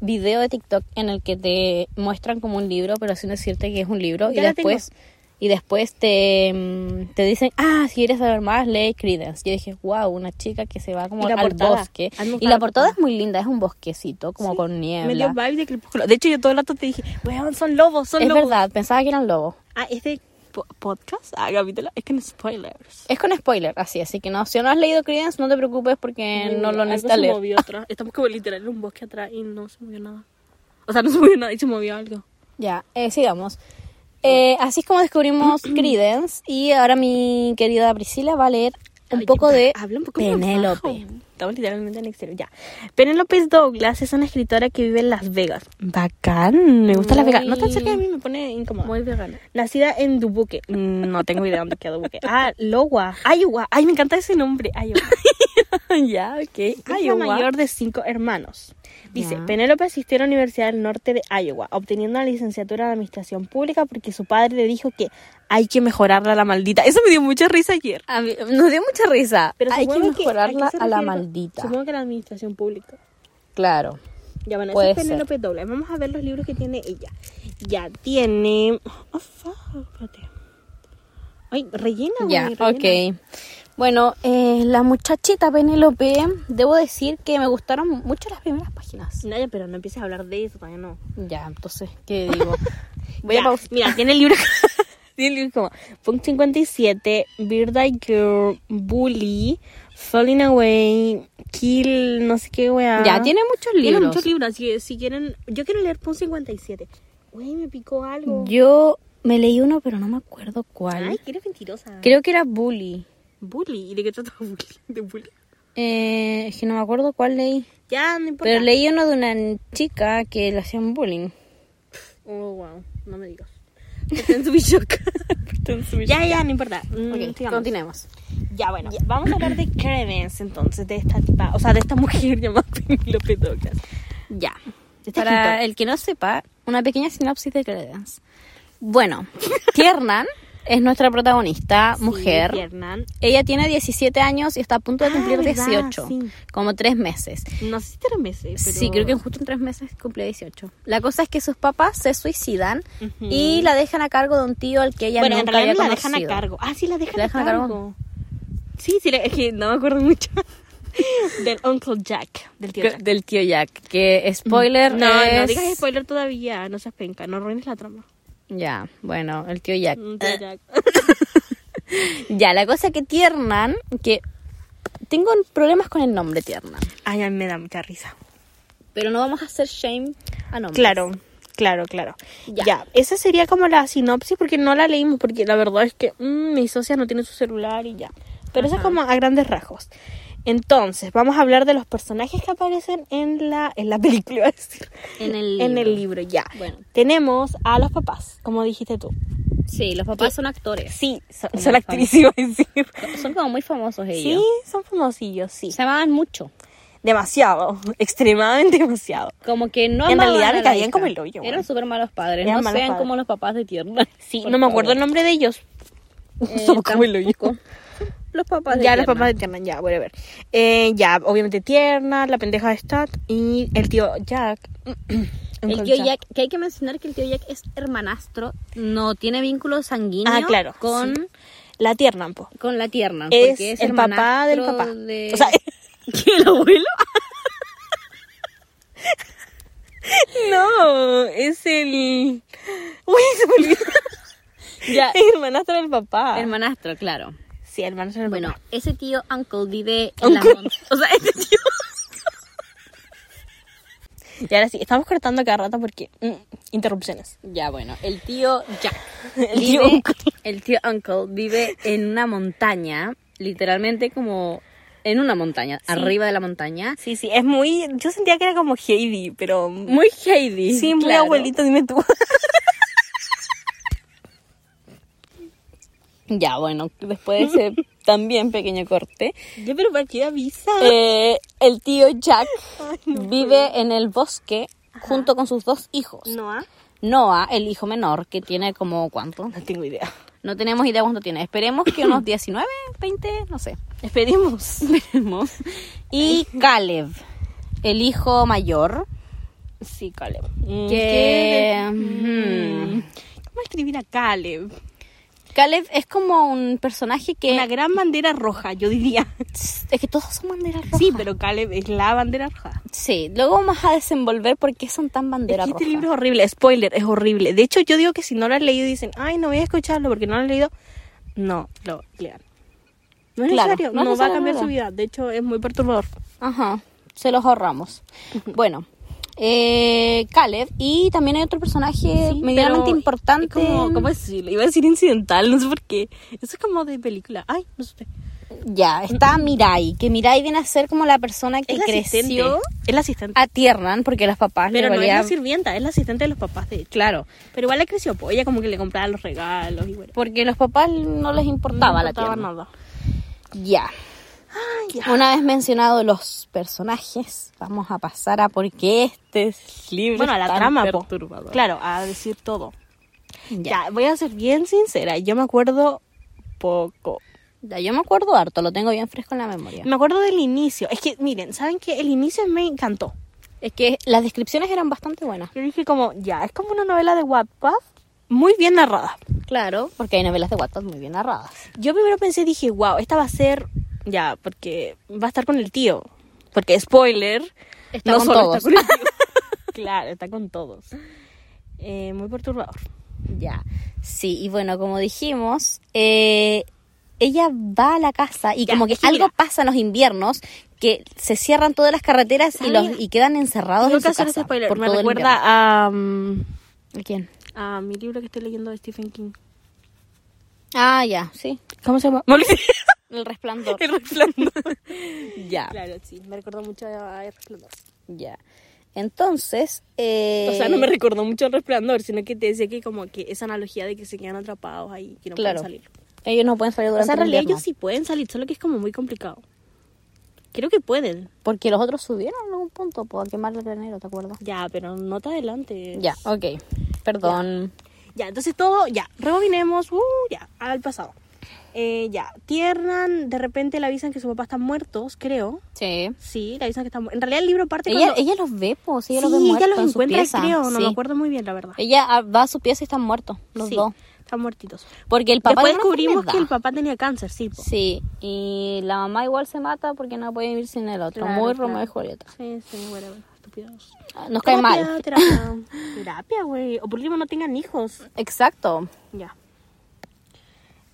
[SPEAKER 1] video de TikTok en el que te muestran como un libro, pero sin decirte que es un libro.
[SPEAKER 2] Ya
[SPEAKER 1] y
[SPEAKER 2] la tengo.
[SPEAKER 1] después, y después te, mm, te dicen, ah, si quieres saber más, lee Credence. Yo dije, wow, una chica que se va como
[SPEAKER 2] Y la
[SPEAKER 1] al
[SPEAKER 2] portada.
[SPEAKER 1] bosque.
[SPEAKER 2] A mí me gusta
[SPEAKER 1] Y la
[SPEAKER 2] la
[SPEAKER 1] portada
[SPEAKER 2] portada.
[SPEAKER 1] es muy linda, es un bosquecito, como con niebla.
[SPEAKER 2] Me dio vibe de crepúsculo. De hecho, yo todo el rato te dije, weón, son lobos, son
[SPEAKER 1] es
[SPEAKER 2] lobos.
[SPEAKER 1] verdad, pensaba que eran lobos.
[SPEAKER 2] Ah, ¿es de po- podcast? Ah, capítulo. Es que no spoilers.
[SPEAKER 1] Es con spoiler, así, así que no, si no has leído Credence, no te preocupes porque Eh, no lo
[SPEAKER 2] Eh, Mm, Algo
[SPEAKER 1] necesitas
[SPEAKER 2] se
[SPEAKER 1] leer.
[SPEAKER 2] movió atrás. Estamos como literal en un bosque atrás y no se movió nada. O sea, no se movió nada y se movió algo.
[SPEAKER 1] Ya, eh, sigamos. Eh, así es como descubrimos Credence y ahora mi querida Priscila va a leer un
[SPEAKER 2] Ay,
[SPEAKER 1] poco
[SPEAKER 2] qué-
[SPEAKER 1] de
[SPEAKER 2] habla un poco más
[SPEAKER 1] Penélope.
[SPEAKER 2] bajo. Estamos literalmente en el exterior, ya. Penélope Douglas es una escritora que vive en Las Vegas. Bacán, me gusta Las Vegas. No tan cerca de mí, me pone incómoda.
[SPEAKER 1] Muy vegana.
[SPEAKER 2] Nacida en Dubuque. Mm, No tengo idea dónde queda Dubuque. Ah, Iowa. Iowa. Ay, me encanta ese nombre. Iowa.
[SPEAKER 1] ya, ok.
[SPEAKER 2] Es la mayor de cinco hermanos. Dice,
[SPEAKER 1] Ya.
[SPEAKER 2] Penélope asistió a la Universidad del Norte de Iowa, obteniendo la licenciatura de Administración Pública porque su padre le dijo que hay que mejorarla la maldita. Eso me dio mucha risa ayer.
[SPEAKER 1] A mí- nos dio mucha risa. Hay que
[SPEAKER 2] supongo ¿a qué
[SPEAKER 1] mejorarla
[SPEAKER 2] se
[SPEAKER 1] a la
[SPEAKER 2] refiere con-
[SPEAKER 1] maldita.
[SPEAKER 2] Supongo que la Administración Pública.
[SPEAKER 1] Claro.
[SPEAKER 2] Ya, bueno,
[SPEAKER 1] Puede
[SPEAKER 2] esa es Penélope Douglas. Vamos a ver los libros que tiene ella. Ya tiene. Oh, fuck, espérate. Ay, rellena, güey.
[SPEAKER 1] Ya,
[SPEAKER 2] rellena.
[SPEAKER 1] ok. Bueno, eh, la muchachita Penélope, debo decir que me gustaron mucho las primeras páginas.
[SPEAKER 2] Nadia, pero no empieces a hablar de eso, todavía no.
[SPEAKER 1] Ya, entonces, ¿qué digo? Voy
[SPEAKER 2] Ya,
[SPEAKER 1] a pausar.
[SPEAKER 2] Mira, tiene el libro. tiene el libro como Punk 57, Bird Eye Girl, Bully, Falling Away, Kill, no sé qué weá.
[SPEAKER 1] Ya, tiene muchos
[SPEAKER 2] Tiene
[SPEAKER 1] libros.
[SPEAKER 2] muchos libros, así que si quieren. Yo quiero leer Punk 57. Güey, me picó algo.
[SPEAKER 1] Yo me leí uno, pero no me acuerdo cuál.
[SPEAKER 2] Ay, que eres mentirosa.
[SPEAKER 1] Creo que era Bully.
[SPEAKER 2] Bully. ¿Y de qué trata Bully? De Bully.
[SPEAKER 1] Eh, es que no me acuerdo cuál leí.
[SPEAKER 2] Ya, no importa.
[SPEAKER 1] Pero leí uno de una chica que le hacían bullying.
[SPEAKER 2] Oh, wow. No me digas. Pretend to be shocked. ya, ya, no importa. Mm, sigamos.
[SPEAKER 1] continuemos.
[SPEAKER 2] Ya, bueno. Vamos a hablar de Cremens, entonces, de esta tipa. O sea, de esta mujer llamada Penelope Douglas.
[SPEAKER 1] Ya.
[SPEAKER 2] Este
[SPEAKER 1] Para
[SPEAKER 2] escritor.
[SPEAKER 1] el que no sepa, una pequeña sinopsis de Credence. Bueno, Tiernan es nuestra protagonista, mujer.
[SPEAKER 2] Sí, Hernán.
[SPEAKER 1] Ella tiene 17 años y está a punto de
[SPEAKER 2] Ah,
[SPEAKER 1] cumplir
[SPEAKER 2] verdad,
[SPEAKER 1] 18,
[SPEAKER 2] sí.
[SPEAKER 1] como tres meses.
[SPEAKER 2] No sé si tres meses, pero...
[SPEAKER 1] Sí, creo que justo en tres meses cumple 18. La cosa es que sus papás se suicidan
[SPEAKER 2] Ujú.
[SPEAKER 1] y la dejan a cargo de un tío al que ella
[SPEAKER 2] bueno, en
[SPEAKER 1] nunca había
[SPEAKER 2] realidad la
[SPEAKER 1] conocido.
[SPEAKER 2] dejan a cargo. Ah, sí, la dejan,
[SPEAKER 1] ¿La dejan
[SPEAKER 2] a,
[SPEAKER 1] a
[SPEAKER 2] cargo.
[SPEAKER 1] cargo?
[SPEAKER 2] Sí, sí, es que no me acuerdo mucho. del Uncle Jack, del tío Jack.
[SPEAKER 1] Del tío Jack, que spoiler
[SPEAKER 2] No,
[SPEAKER 1] es...
[SPEAKER 2] no digas spoiler todavía, no seas penca, no arruines la trama.
[SPEAKER 1] Ya, bueno, el tío Jack.
[SPEAKER 2] Mm, tío Jack.
[SPEAKER 1] Ya, la cosa que tiernan, que tengo problemas con el nombre tiernan,
[SPEAKER 2] Ay, a mí me da mucha risa.
[SPEAKER 1] pero no vamos a hacer shame a nombres.
[SPEAKER 2] Claro, claro, claro. Ya.
[SPEAKER 1] Ya.
[SPEAKER 2] esa sería como la sinopsis porque no la leímos porque la verdad es que mm, mi socia no tiene su celular y ya. Pero eso es como a grandes rasgos. Entonces, vamos a hablar de los personajes que aparecen en la, en la película, iba a decir.
[SPEAKER 1] En el
[SPEAKER 2] en el
[SPEAKER 1] libro.
[SPEAKER 2] libro, ya.
[SPEAKER 1] Bueno.
[SPEAKER 2] Tenemos a los papás, como dijiste tú.
[SPEAKER 1] Sí, los papás son actores.
[SPEAKER 2] Sí, son,
[SPEAKER 1] Como
[SPEAKER 2] son
[SPEAKER 1] fam-
[SPEAKER 2] actrices, iba a decir.
[SPEAKER 1] Son como muy famosos
[SPEAKER 2] Sí,
[SPEAKER 1] ellos.
[SPEAKER 2] son famosillos, sí.
[SPEAKER 1] Se amaban mucho.
[SPEAKER 2] Demasiado, extremadamente demasiado.
[SPEAKER 1] Como que no
[SPEAKER 2] En
[SPEAKER 1] amaban
[SPEAKER 2] realidad
[SPEAKER 1] a
[SPEAKER 2] le
[SPEAKER 1] la
[SPEAKER 2] caían
[SPEAKER 1] hija.
[SPEAKER 2] como el hoyo, bueno.
[SPEAKER 1] Eran súper malos padres.
[SPEAKER 2] Eran
[SPEAKER 1] no
[SPEAKER 2] malos
[SPEAKER 1] sean
[SPEAKER 2] padres.
[SPEAKER 1] como los papás de tiernan.
[SPEAKER 2] Sí, no me acuerdo el nombre de ellos. Son como el hoyo.
[SPEAKER 1] Los papás de
[SPEAKER 2] ya, los
[SPEAKER 1] Tiernan.
[SPEAKER 2] papás de Tiernan, ya, voy a ver. Eh, ya, obviamente Tiernan, la pendeja de Stat y el tío Jack.
[SPEAKER 1] El tío Jack, que hay que mencionar que el tío Jack es hermanastro, no tiene vínculo sanguíneo
[SPEAKER 2] Ah, claro.
[SPEAKER 1] con,
[SPEAKER 2] sí. La Tiernan, po.
[SPEAKER 1] con la tierna.
[SPEAKER 2] Ah, Es,
[SPEAKER 1] porque
[SPEAKER 2] el papá del
[SPEAKER 1] hermanastro
[SPEAKER 2] papá.
[SPEAKER 1] de-
[SPEAKER 2] O sea, ¿el abuelo? no, es el. Uy, se me olvidó.
[SPEAKER 1] Ya.
[SPEAKER 2] El hermanastro del papá.
[SPEAKER 1] hermanastro, claro.
[SPEAKER 2] Sí, el Ah. hermanastro del
[SPEAKER 1] Bueno,
[SPEAKER 2] papá.
[SPEAKER 1] ese tío Uncle vive en la
[SPEAKER 2] Uncle. este
[SPEAKER 1] mon- O sea, ese tío.
[SPEAKER 2] Y ahora sí, estamos cortando cada rato porque. mm, interrupciones.
[SPEAKER 1] Ya, bueno, el tío Jack.
[SPEAKER 2] El
[SPEAKER 1] vive-
[SPEAKER 2] tío Uncle.
[SPEAKER 1] El tío Uncle vive en una montaña, literalmente como en una montaña, arriba de la montaña.
[SPEAKER 2] Sí, sí, es muy. Yo sentía que era como Heidi, pero.
[SPEAKER 1] Muy Heidi.
[SPEAKER 2] Sí, muy
[SPEAKER 1] claro.
[SPEAKER 2] abuelito, dime tú.
[SPEAKER 1] Ya, bueno, después de ese también pequeño corte.
[SPEAKER 2] Ya, pero ¿para qué avisa?
[SPEAKER 1] Eh, el tío Jack vive en el bosque junto con sus dos hijos.
[SPEAKER 2] no, ¿ah?
[SPEAKER 1] Noah, el hijo menor, que tiene como cuánto.
[SPEAKER 2] No tengo idea.
[SPEAKER 1] No tenemos idea cuánto tiene. Esperemos que unos 19, 20, no sé.
[SPEAKER 2] Esperemos.
[SPEAKER 1] Esperemos. Y Caleb, el hijo mayor,
[SPEAKER 2] Sí, Caleb.
[SPEAKER 1] que...
[SPEAKER 2] Mm.
[SPEAKER 1] Mm.
[SPEAKER 2] ¿Cómo escribir a Caleb?
[SPEAKER 1] Caleb es como un personaje que...
[SPEAKER 2] Una gran bandera roja, yo diría.
[SPEAKER 1] Es que todos son banderas rojas.
[SPEAKER 2] Sí, pero Caleb es la bandera roja.
[SPEAKER 1] Sí, luego vamos a desenvolver por qué son tan
[SPEAKER 2] Es que
[SPEAKER 1] banderas
[SPEAKER 2] este
[SPEAKER 1] rojas.
[SPEAKER 2] libro es horrible, spoiler, es horrible. De hecho, yo digo que si no lo han leído dicen, ay, no voy a escucharlo porque no lo han leído. No, lo lean. No es
[SPEAKER 1] Claro,
[SPEAKER 2] necesario,
[SPEAKER 1] no
[SPEAKER 2] no,
[SPEAKER 1] es
[SPEAKER 2] va a
[SPEAKER 1] necesario,
[SPEAKER 2] cambiar
[SPEAKER 1] no.
[SPEAKER 2] su vida. De hecho, es muy perturbador.
[SPEAKER 1] Ajá, se los ahorramos. Bueno, eh, Caleb y también hay otro personaje medianamente
[SPEAKER 2] pero
[SPEAKER 1] importante.
[SPEAKER 2] es Como, ¿Cómo decirlo? Iba a decir incidental, no sé por qué. Eso es como de película. Ay, no sé.
[SPEAKER 1] Ya, está Mirai, que Mirai viene a ser como la persona que creció
[SPEAKER 2] Es la asistente.
[SPEAKER 1] a Tiernan, porque los papás le
[SPEAKER 2] pero no es
[SPEAKER 1] valía-
[SPEAKER 2] la sirvienta, es la asistente de los papás, de hecho.
[SPEAKER 1] Claro,
[SPEAKER 2] Pero igual la creció, pues ella como que le compraba los regalos y bueno.
[SPEAKER 1] porque los papás no les importaba la
[SPEAKER 2] tierra
[SPEAKER 1] Tiernan.
[SPEAKER 2] nada.
[SPEAKER 1] Ya. Una vez mencionado los personajes, vamos a pasar a por qué este libro
[SPEAKER 2] Bueno, a
[SPEAKER 1] es
[SPEAKER 2] la
[SPEAKER 1] tan
[SPEAKER 2] trama, po.
[SPEAKER 1] perturbador.
[SPEAKER 2] Claro, a decir todo.
[SPEAKER 1] Ya.
[SPEAKER 2] Ya. voy a ser bien sincera. Yo me acuerdo poco.
[SPEAKER 1] Ya, yo me acuerdo
[SPEAKER 2] Mm.
[SPEAKER 1] harto, lo tengo bien fresco en la memoria.
[SPEAKER 2] Me acuerdo del inicio. Es que, miren, ¿saben qué? El inicio me encantó.
[SPEAKER 1] Es que las descripciones eran bastante buenas.
[SPEAKER 2] Yo dije como, ya, es como una novela de Wattpad muy bien narrada.
[SPEAKER 1] Claro, porque hay novelas de Wattpad muy bien narradas.
[SPEAKER 2] Yo primero pensé, dije, wow, esta va a ser, ya, porque va a estar con el tío. Porque, spoiler,
[SPEAKER 1] Está
[SPEAKER 2] no
[SPEAKER 1] con
[SPEAKER 2] solo
[SPEAKER 1] todos.
[SPEAKER 2] está con el tío. claro, está con todos. Eh, muy perturbador.
[SPEAKER 1] Ya. Sí, y bueno, como dijimos, eh, ella va a la casa y
[SPEAKER 2] Ya,
[SPEAKER 1] como que
[SPEAKER 2] es que
[SPEAKER 1] algo
[SPEAKER 2] mira.
[SPEAKER 1] pasa en los inviernos que se cierran todas las carreteras y, los,
[SPEAKER 2] Amiga.
[SPEAKER 1] y quedan encerrados en
[SPEAKER 2] Nunca
[SPEAKER 1] su
[SPEAKER 2] hacer
[SPEAKER 1] casa.
[SPEAKER 2] spoiler.
[SPEAKER 1] por
[SPEAKER 2] Me
[SPEAKER 1] todo el
[SPEAKER 2] recuerda a, um,
[SPEAKER 1] invierno. ¿A quién?
[SPEAKER 2] a mi libro que estoy leyendo de Stephen King.
[SPEAKER 1] Ah, ya, sí.
[SPEAKER 2] ¿Cómo se llama? No olvidé.
[SPEAKER 1] El resplandor.
[SPEAKER 2] El resplandor.
[SPEAKER 1] ya,
[SPEAKER 2] claro, sí. Me recordó mucho a El resplandor.
[SPEAKER 1] ya. Entonces, eh,
[SPEAKER 2] O sea, no me recordó mucho al resplandor, sino que te decía que como que esa analogía de que se quedan atrapados ahí, que no
[SPEAKER 1] Claro.
[SPEAKER 2] pueden salir.
[SPEAKER 1] ellos no pueden salir
[SPEAKER 2] O
[SPEAKER 1] durante
[SPEAKER 2] sea, en
[SPEAKER 1] el
[SPEAKER 2] realidad
[SPEAKER 1] invierno.
[SPEAKER 2] ellos sí pueden salir, solo que es como muy complicado. Creo que pueden.
[SPEAKER 1] Porque los otros subieron en algún punto por quemar el granero, ¿te acuerdas?
[SPEAKER 2] Ya, pero no te adelante.
[SPEAKER 1] Ya, ok. Perdón.
[SPEAKER 2] Ya, entonces todo, ya, rebobinemos, uh, ya, al pasado. Eh, ya, tiernan, de repente le avisan que su papá está muertos, creo.
[SPEAKER 1] Sí.
[SPEAKER 2] Sí, le avisan que está muerto. En realidad el libro parte
[SPEAKER 1] Ella,
[SPEAKER 2] Este cuando...
[SPEAKER 1] ella los ve, pues, ella
[SPEAKER 2] sí,
[SPEAKER 1] los ve
[SPEAKER 2] ella
[SPEAKER 1] muertos
[SPEAKER 2] los
[SPEAKER 1] en su
[SPEAKER 2] encuentra,
[SPEAKER 1] pieza.
[SPEAKER 2] creo, no
[SPEAKER 1] sí.
[SPEAKER 2] me acuerdo muy bien, la verdad.
[SPEAKER 1] Ella ah, va a su pieza y están muertos, los
[SPEAKER 2] Sí,
[SPEAKER 1] dos.
[SPEAKER 2] Están muertitos.
[SPEAKER 1] Porque el papá
[SPEAKER 2] Después
[SPEAKER 1] tiene una
[SPEAKER 2] descubrimos que el
[SPEAKER 1] enfermedad.
[SPEAKER 2] papá tenía cáncer, sí. po.
[SPEAKER 1] Sí, y la mamá igual se mata porque no puede vivir sin el otro.
[SPEAKER 2] Claro,
[SPEAKER 1] Muy
[SPEAKER 2] claro.
[SPEAKER 1] Romeo y Julieta.
[SPEAKER 2] Sí, sí, bueno, bueno, estúpidos.
[SPEAKER 1] Ah, Nos cae
[SPEAKER 2] Terapia,
[SPEAKER 1] mal.
[SPEAKER 2] Terapia, terapia, güey. O por último no tengan hijos.
[SPEAKER 1] Exacto.
[SPEAKER 2] Ya.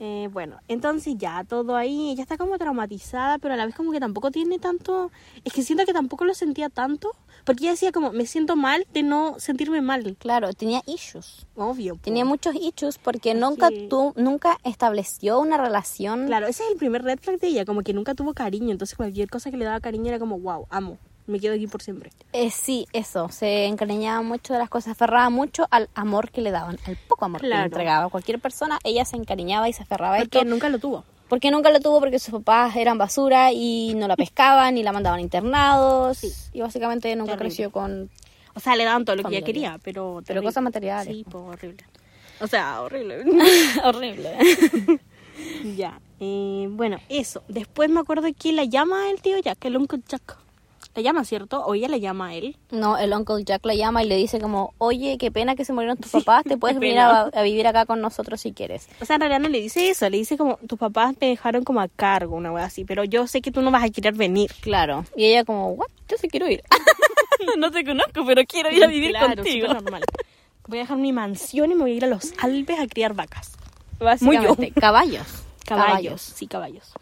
[SPEAKER 2] Eh, bueno, entonces ya todo ahí, ella está como traumatizada, pero a la vez como que tampoco tiene tanto, es que siento que tampoco lo sentía tanto, porque ella decía como, me siento mal de no sentirme mal,
[SPEAKER 1] Claro, tenía issues.
[SPEAKER 2] obvio. po.
[SPEAKER 1] Tenía muchos issues porque nunca
[SPEAKER 2] que-
[SPEAKER 1] tú, nunca estableció una relación.
[SPEAKER 2] Claro, ese es el primer red flag de ella, como que nunca tuvo cariño, entonces cualquier cosa que le daba cariño era como, wow, amo, me quedo aquí por siempre.
[SPEAKER 1] Eh, sí, eso. Se encariñaba mucho de las cosas, aferraba mucho al amor que le daban, al poco amor que le
[SPEAKER 2] Claro.
[SPEAKER 1] entregaba a cualquier persona. Ella se encariñaba y se aferraba a
[SPEAKER 2] Porque
[SPEAKER 1] esto.
[SPEAKER 2] nunca lo tuvo.
[SPEAKER 1] Porque nunca lo tuvo porque sus papás eran basura y no la pescaban y la mandaban a internados. Y básicamente nunca
[SPEAKER 2] Terrible.
[SPEAKER 1] creció con...
[SPEAKER 2] O sea, le daban todo lo que
[SPEAKER 1] Familia.
[SPEAKER 2] ella quería, pero... terrible.
[SPEAKER 1] cosas materiales,
[SPEAKER 2] Sí, po, horrible. O sea, horrible.
[SPEAKER 1] Horrible.
[SPEAKER 2] ya. eh, bueno, eso. Después me acuerdo que la llama el tío Jack, el Uncle Jack. La llama, ¿cierto? O ella la llama a él.
[SPEAKER 1] No, el Uncle Jack la llama y le dice como, oye, qué pena que se murieron tus papás, te puedes
[SPEAKER 2] qué
[SPEAKER 1] venir a,
[SPEAKER 2] pena.
[SPEAKER 1] a vivir acá con nosotros si quieres.
[SPEAKER 2] O sea, en realidad no le dice eso. Le dice como, tus papás me dejaron como a cargo, una wea así. Pero yo sé que tú no vas a querer venir.
[SPEAKER 1] Claro. Y ella como, what, yo sí quiero ir.
[SPEAKER 2] no te conozco, pero quiero
[SPEAKER 1] ir a vivir contigo.
[SPEAKER 2] normal. Voy a dejar mi mansión y me voy a ir a los Alpes a criar vacas.
[SPEAKER 1] Básicamente, caballos.
[SPEAKER 2] Caballos, sí, caballos.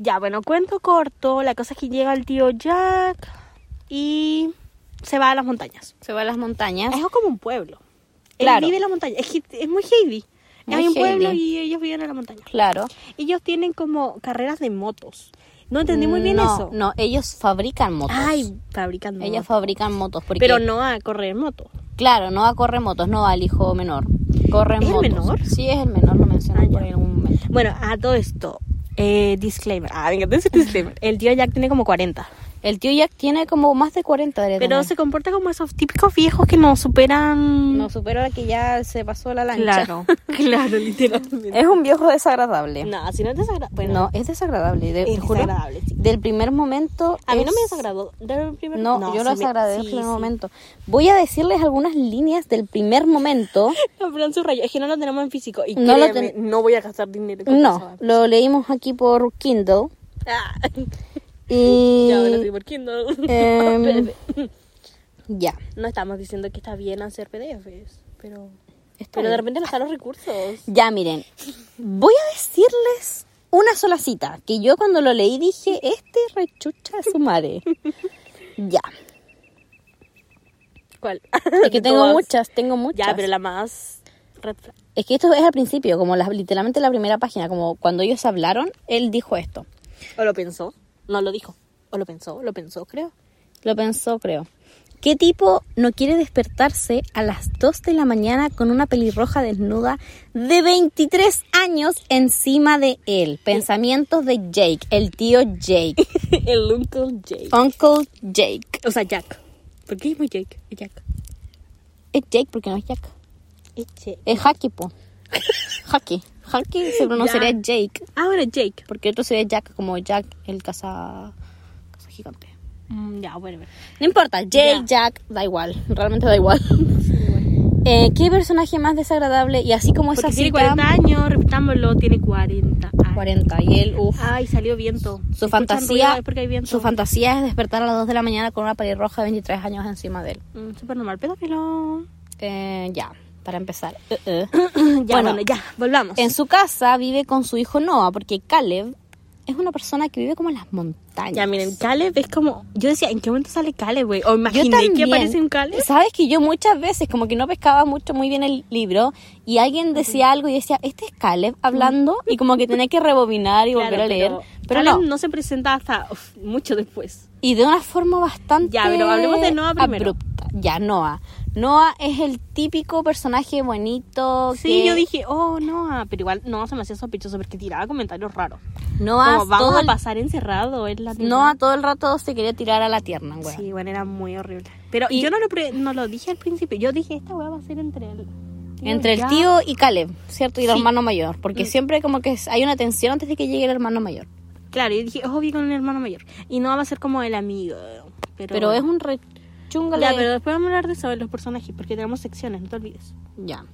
[SPEAKER 2] Ya, bueno, cuento corto. La cosa es que llega el tío Jack y se va a las montañas.
[SPEAKER 1] Se va a las montañas.
[SPEAKER 2] Es como un pueblo.
[SPEAKER 1] Ah. Claro.
[SPEAKER 2] Él vive en la montaña. Es, que es muy heavy.
[SPEAKER 1] Muy
[SPEAKER 2] Hay un
[SPEAKER 1] heavy.
[SPEAKER 2] pueblo y ellos viven en la montaña.
[SPEAKER 1] Claro.
[SPEAKER 2] Ellos tienen como carreras de motos. No entendí muy bien
[SPEAKER 1] No,
[SPEAKER 2] eso.
[SPEAKER 1] No, ellos fabrican motos.
[SPEAKER 2] Ay, fabrican motos.
[SPEAKER 1] Ellos fabrican motos porque...
[SPEAKER 2] Pero no a correr moto.
[SPEAKER 1] Claro, no va corre motos, no va al hijo menor. Corre
[SPEAKER 2] ¿Es el
[SPEAKER 1] motos.
[SPEAKER 2] menor?
[SPEAKER 1] Sí, es el menor, lo mencionan
[SPEAKER 2] Ah, ya.
[SPEAKER 1] por ahí en algún momento.
[SPEAKER 2] Bueno, a todo esto. eh, disclaimer. Ah, venga, entonces disclaimer. El tío Jack tiene como 40.
[SPEAKER 1] El tío Jack tiene como más de 40 de
[SPEAKER 2] Pero se comporta como esos típicos viejos que no superan.
[SPEAKER 1] No supero la que ya se pasó la lancha.
[SPEAKER 2] Claro, claro, literalmente.
[SPEAKER 1] Es un viejo desagradable. No,
[SPEAKER 2] No, si no es desagradable.
[SPEAKER 1] es desagradable. de-
[SPEAKER 2] Es
[SPEAKER 1] te juro,
[SPEAKER 2] desagradable, sí.
[SPEAKER 1] Del primer momento.
[SPEAKER 2] a mí no
[SPEAKER 1] es-
[SPEAKER 2] me desagradó. Del primer...
[SPEAKER 1] No, yo lo
[SPEAKER 2] sí me-
[SPEAKER 1] desagradé
[SPEAKER 2] sí,
[SPEAKER 1] del primer
[SPEAKER 2] sí.
[SPEAKER 1] momento. Voy a decirles algunas líneas del primer momento.
[SPEAKER 2] No, pero en su rayo, es que no lo tenemos en físico. Y
[SPEAKER 1] No
[SPEAKER 2] no,
[SPEAKER 1] lo
[SPEAKER 2] no voy a gastar dinero. con esa
[SPEAKER 1] No,
[SPEAKER 2] vaina.
[SPEAKER 1] lo leímos aquí por Kindle.
[SPEAKER 2] Ah,
[SPEAKER 1] Y.
[SPEAKER 2] ya, bueno, sí, ¿por qué no?
[SPEAKER 1] em, ya.
[SPEAKER 2] no estamos diciendo que está bien hacer PDFs, pero.
[SPEAKER 1] Está
[SPEAKER 2] Pero de
[SPEAKER 1] bien.
[SPEAKER 2] repente no están los recursos.
[SPEAKER 1] Ya, miren, voy a decirles una sola cita, que yo cuando lo leí dije, este rechucha de su madre. Ya,
[SPEAKER 2] ¿Cuál?
[SPEAKER 1] es que tengo
[SPEAKER 2] Todas.
[SPEAKER 1] muchas, tengo muchas.
[SPEAKER 2] Ya, pero la más. red flag.
[SPEAKER 1] Es que esto es al principio, como la- literalmente la primera página, como cuando ellos hablaron, él dijo esto.
[SPEAKER 2] ¿O lo pensó? No lo dijo. ¿O lo pensó? Lo pensó, creo.
[SPEAKER 1] Lo pensó, creo. ¿Qué tipo no quiere despertarse a las 2 de la mañana con una pelirroja desnuda de 23 años encima de él? Pensamientos de Jake, el tío Jake,
[SPEAKER 2] El Uncle Jake.
[SPEAKER 1] Uncle Jake.
[SPEAKER 2] O sea, Jack. ¿Por qué es muy Jake? Es Jack.
[SPEAKER 1] Es Jake porque no es Jack.
[SPEAKER 2] Es Jake.
[SPEAKER 1] Es Haki, po. Haki. Haki se pronunciaría
[SPEAKER 2] Ya.
[SPEAKER 1] Jake.
[SPEAKER 2] Ahora Jake.
[SPEAKER 1] Porque otro sería Jack, como Jack el caza, caza gigante.
[SPEAKER 2] Mm, ya, bueno, bueno.
[SPEAKER 1] No importa, Jake, Jack, da igual, realmente da igual. Eh, ¿Qué personaje más desagradable? Y así como esa
[SPEAKER 2] Porque tiene
[SPEAKER 1] cita-
[SPEAKER 2] 40 años, repitámoslo, tiene 40 años.
[SPEAKER 1] 40, y él, uff.
[SPEAKER 2] Ay, salió viento. Si
[SPEAKER 1] Su
[SPEAKER 2] escuchan
[SPEAKER 1] fantasía,
[SPEAKER 2] ruido es porque hay viento.
[SPEAKER 1] su fantasía es despertar a las 2 de la mañana con una pelirroja de 23 años encima de él.
[SPEAKER 2] Mm, Súper normal, pedófilo.
[SPEAKER 1] Eh, ya, para empezar. Eh, eh.
[SPEAKER 2] ya, bueno,
[SPEAKER 1] Bueno,
[SPEAKER 2] ya, volvamos.
[SPEAKER 1] En su casa vive con su hijo Noah, porque Caleb es una persona que vive como en las montañas.
[SPEAKER 2] Ya, miren, Caleb es como. Yo decía, ¿en qué momento sale Caleb, güey? O imaginé que aparece un Caleb.
[SPEAKER 1] Sabes que yo muchas veces como que no pescaba mucho muy bien el libro y alguien decía algo y decía, este es Caleb hablando y como que tenía que rebobinar y
[SPEAKER 2] Claro,
[SPEAKER 1] volver a leer. Pero,
[SPEAKER 2] Caleb
[SPEAKER 1] no.
[SPEAKER 2] no se presenta hasta uf, mucho después.
[SPEAKER 1] Y de una forma bastante
[SPEAKER 2] Ya, pero hablemos de Noah primero.
[SPEAKER 1] abrupta. Ya, Noah. Noah es el típico personaje bonito.
[SPEAKER 2] Sí,
[SPEAKER 1] que-
[SPEAKER 2] yo dije, oh, no, pero igual no se me hacía sospechoso porque tiraba comentarios raros.
[SPEAKER 1] Noah,
[SPEAKER 2] como vamos
[SPEAKER 1] todo
[SPEAKER 2] a
[SPEAKER 1] el-
[SPEAKER 2] pasar encerrado en la
[SPEAKER 1] Noah todo el rato se quería tirar a la tierna, güey.
[SPEAKER 2] Sí, bueno, era muy horrible. Pero
[SPEAKER 1] Y-
[SPEAKER 2] yo no lo, pre- no lo dije al principio. Yo dije, esta weá va a ser entre el...
[SPEAKER 1] Entre el
[SPEAKER 2] ya.
[SPEAKER 1] tío y Caleb, ¿cierto? Y el
[SPEAKER 2] Sí. Mm.
[SPEAKER 1] hermano mayor. Porque siempre como que hay una tensión antes de que llegue el hermano mayor.
[SPEAKER 2] Claro, yo dije, ojo, vi con un hermano mayor. Y no va a ser como el amigo. Pero,
[SPEAKER 1] Pero, es un re chungale.
[SPEAKER 2] Ya, pero después vamos a hablar de eso, de los personajes, porque tenemos secciones, no te olvides.
[SPEAKER 1] Ya.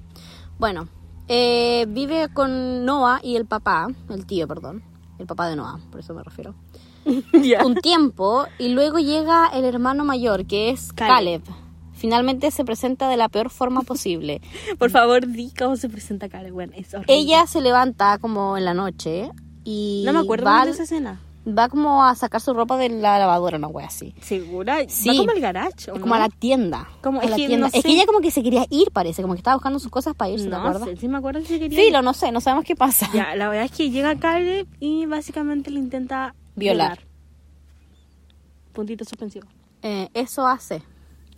[SPEAKER 1] Bueno, eh, vive con Noah y el papá, el tío, perdón. El papá de Noah, por eso me refiero.
[SPEAKER 2] ya.
[SPEAKER 1] Un tiempo y luego llega el hermano mayor, que es
[SPEAKER 2] Caleb.
[SPEAKER 1] Caleb. Finalmente se presenta de la peor forma posible.
[SPEAKER 2] Por favor, di cómo se presenta Caleb. Bueno, es horrible.
[SPEAKER 1] Ella se levanta como en la noche y
[SPEAKER 2] No me acuerdo
[SPEAKER 1] va,
[SPEAKER 2] de esa escena.
[SPEAKER 1] va como a sacar su ropa de la lavadora, una wea así.
[SPEAKER 2] ¿Segura?
[SPEAKER 1] Sí.
[SPEAKER 2] Va como al garage, ¿o
[SPEAKER 1] como
[SPEAKER 2] no?
[SPEAKER 1] a la tienda.
[SPEAKER 2] Como-
[SPEAKER 1] a
[SPEAKER 2] es
[SPEAKER 1] la
[SPEAKER 2] que
[SPEAKER 1] tienda.
[SPEAKER 2] no
[SPEAKER 1] es
[SPEAKER 2] sé.
[SPEAKER 1] que ella como que se quería ir, parece, como que estaba buscando sus cosas para irse, ¿te
[SPEAKER 2] No
[SPEAKER 1] acuerdas?
[SPEAKER 2] sé, sí me acuerdo que se quería...
[SPEAKER 1] Filo, no sé, no sabemos qué pasa.
[SPEAKER 2] Ya, la verdad es que llega Caleb y básicamente le intenta
[SPEAKER 1] Violar.
[SPEAKER 2] Puntito suspensivo.
[SPEAKER 1] Eh, eso hace.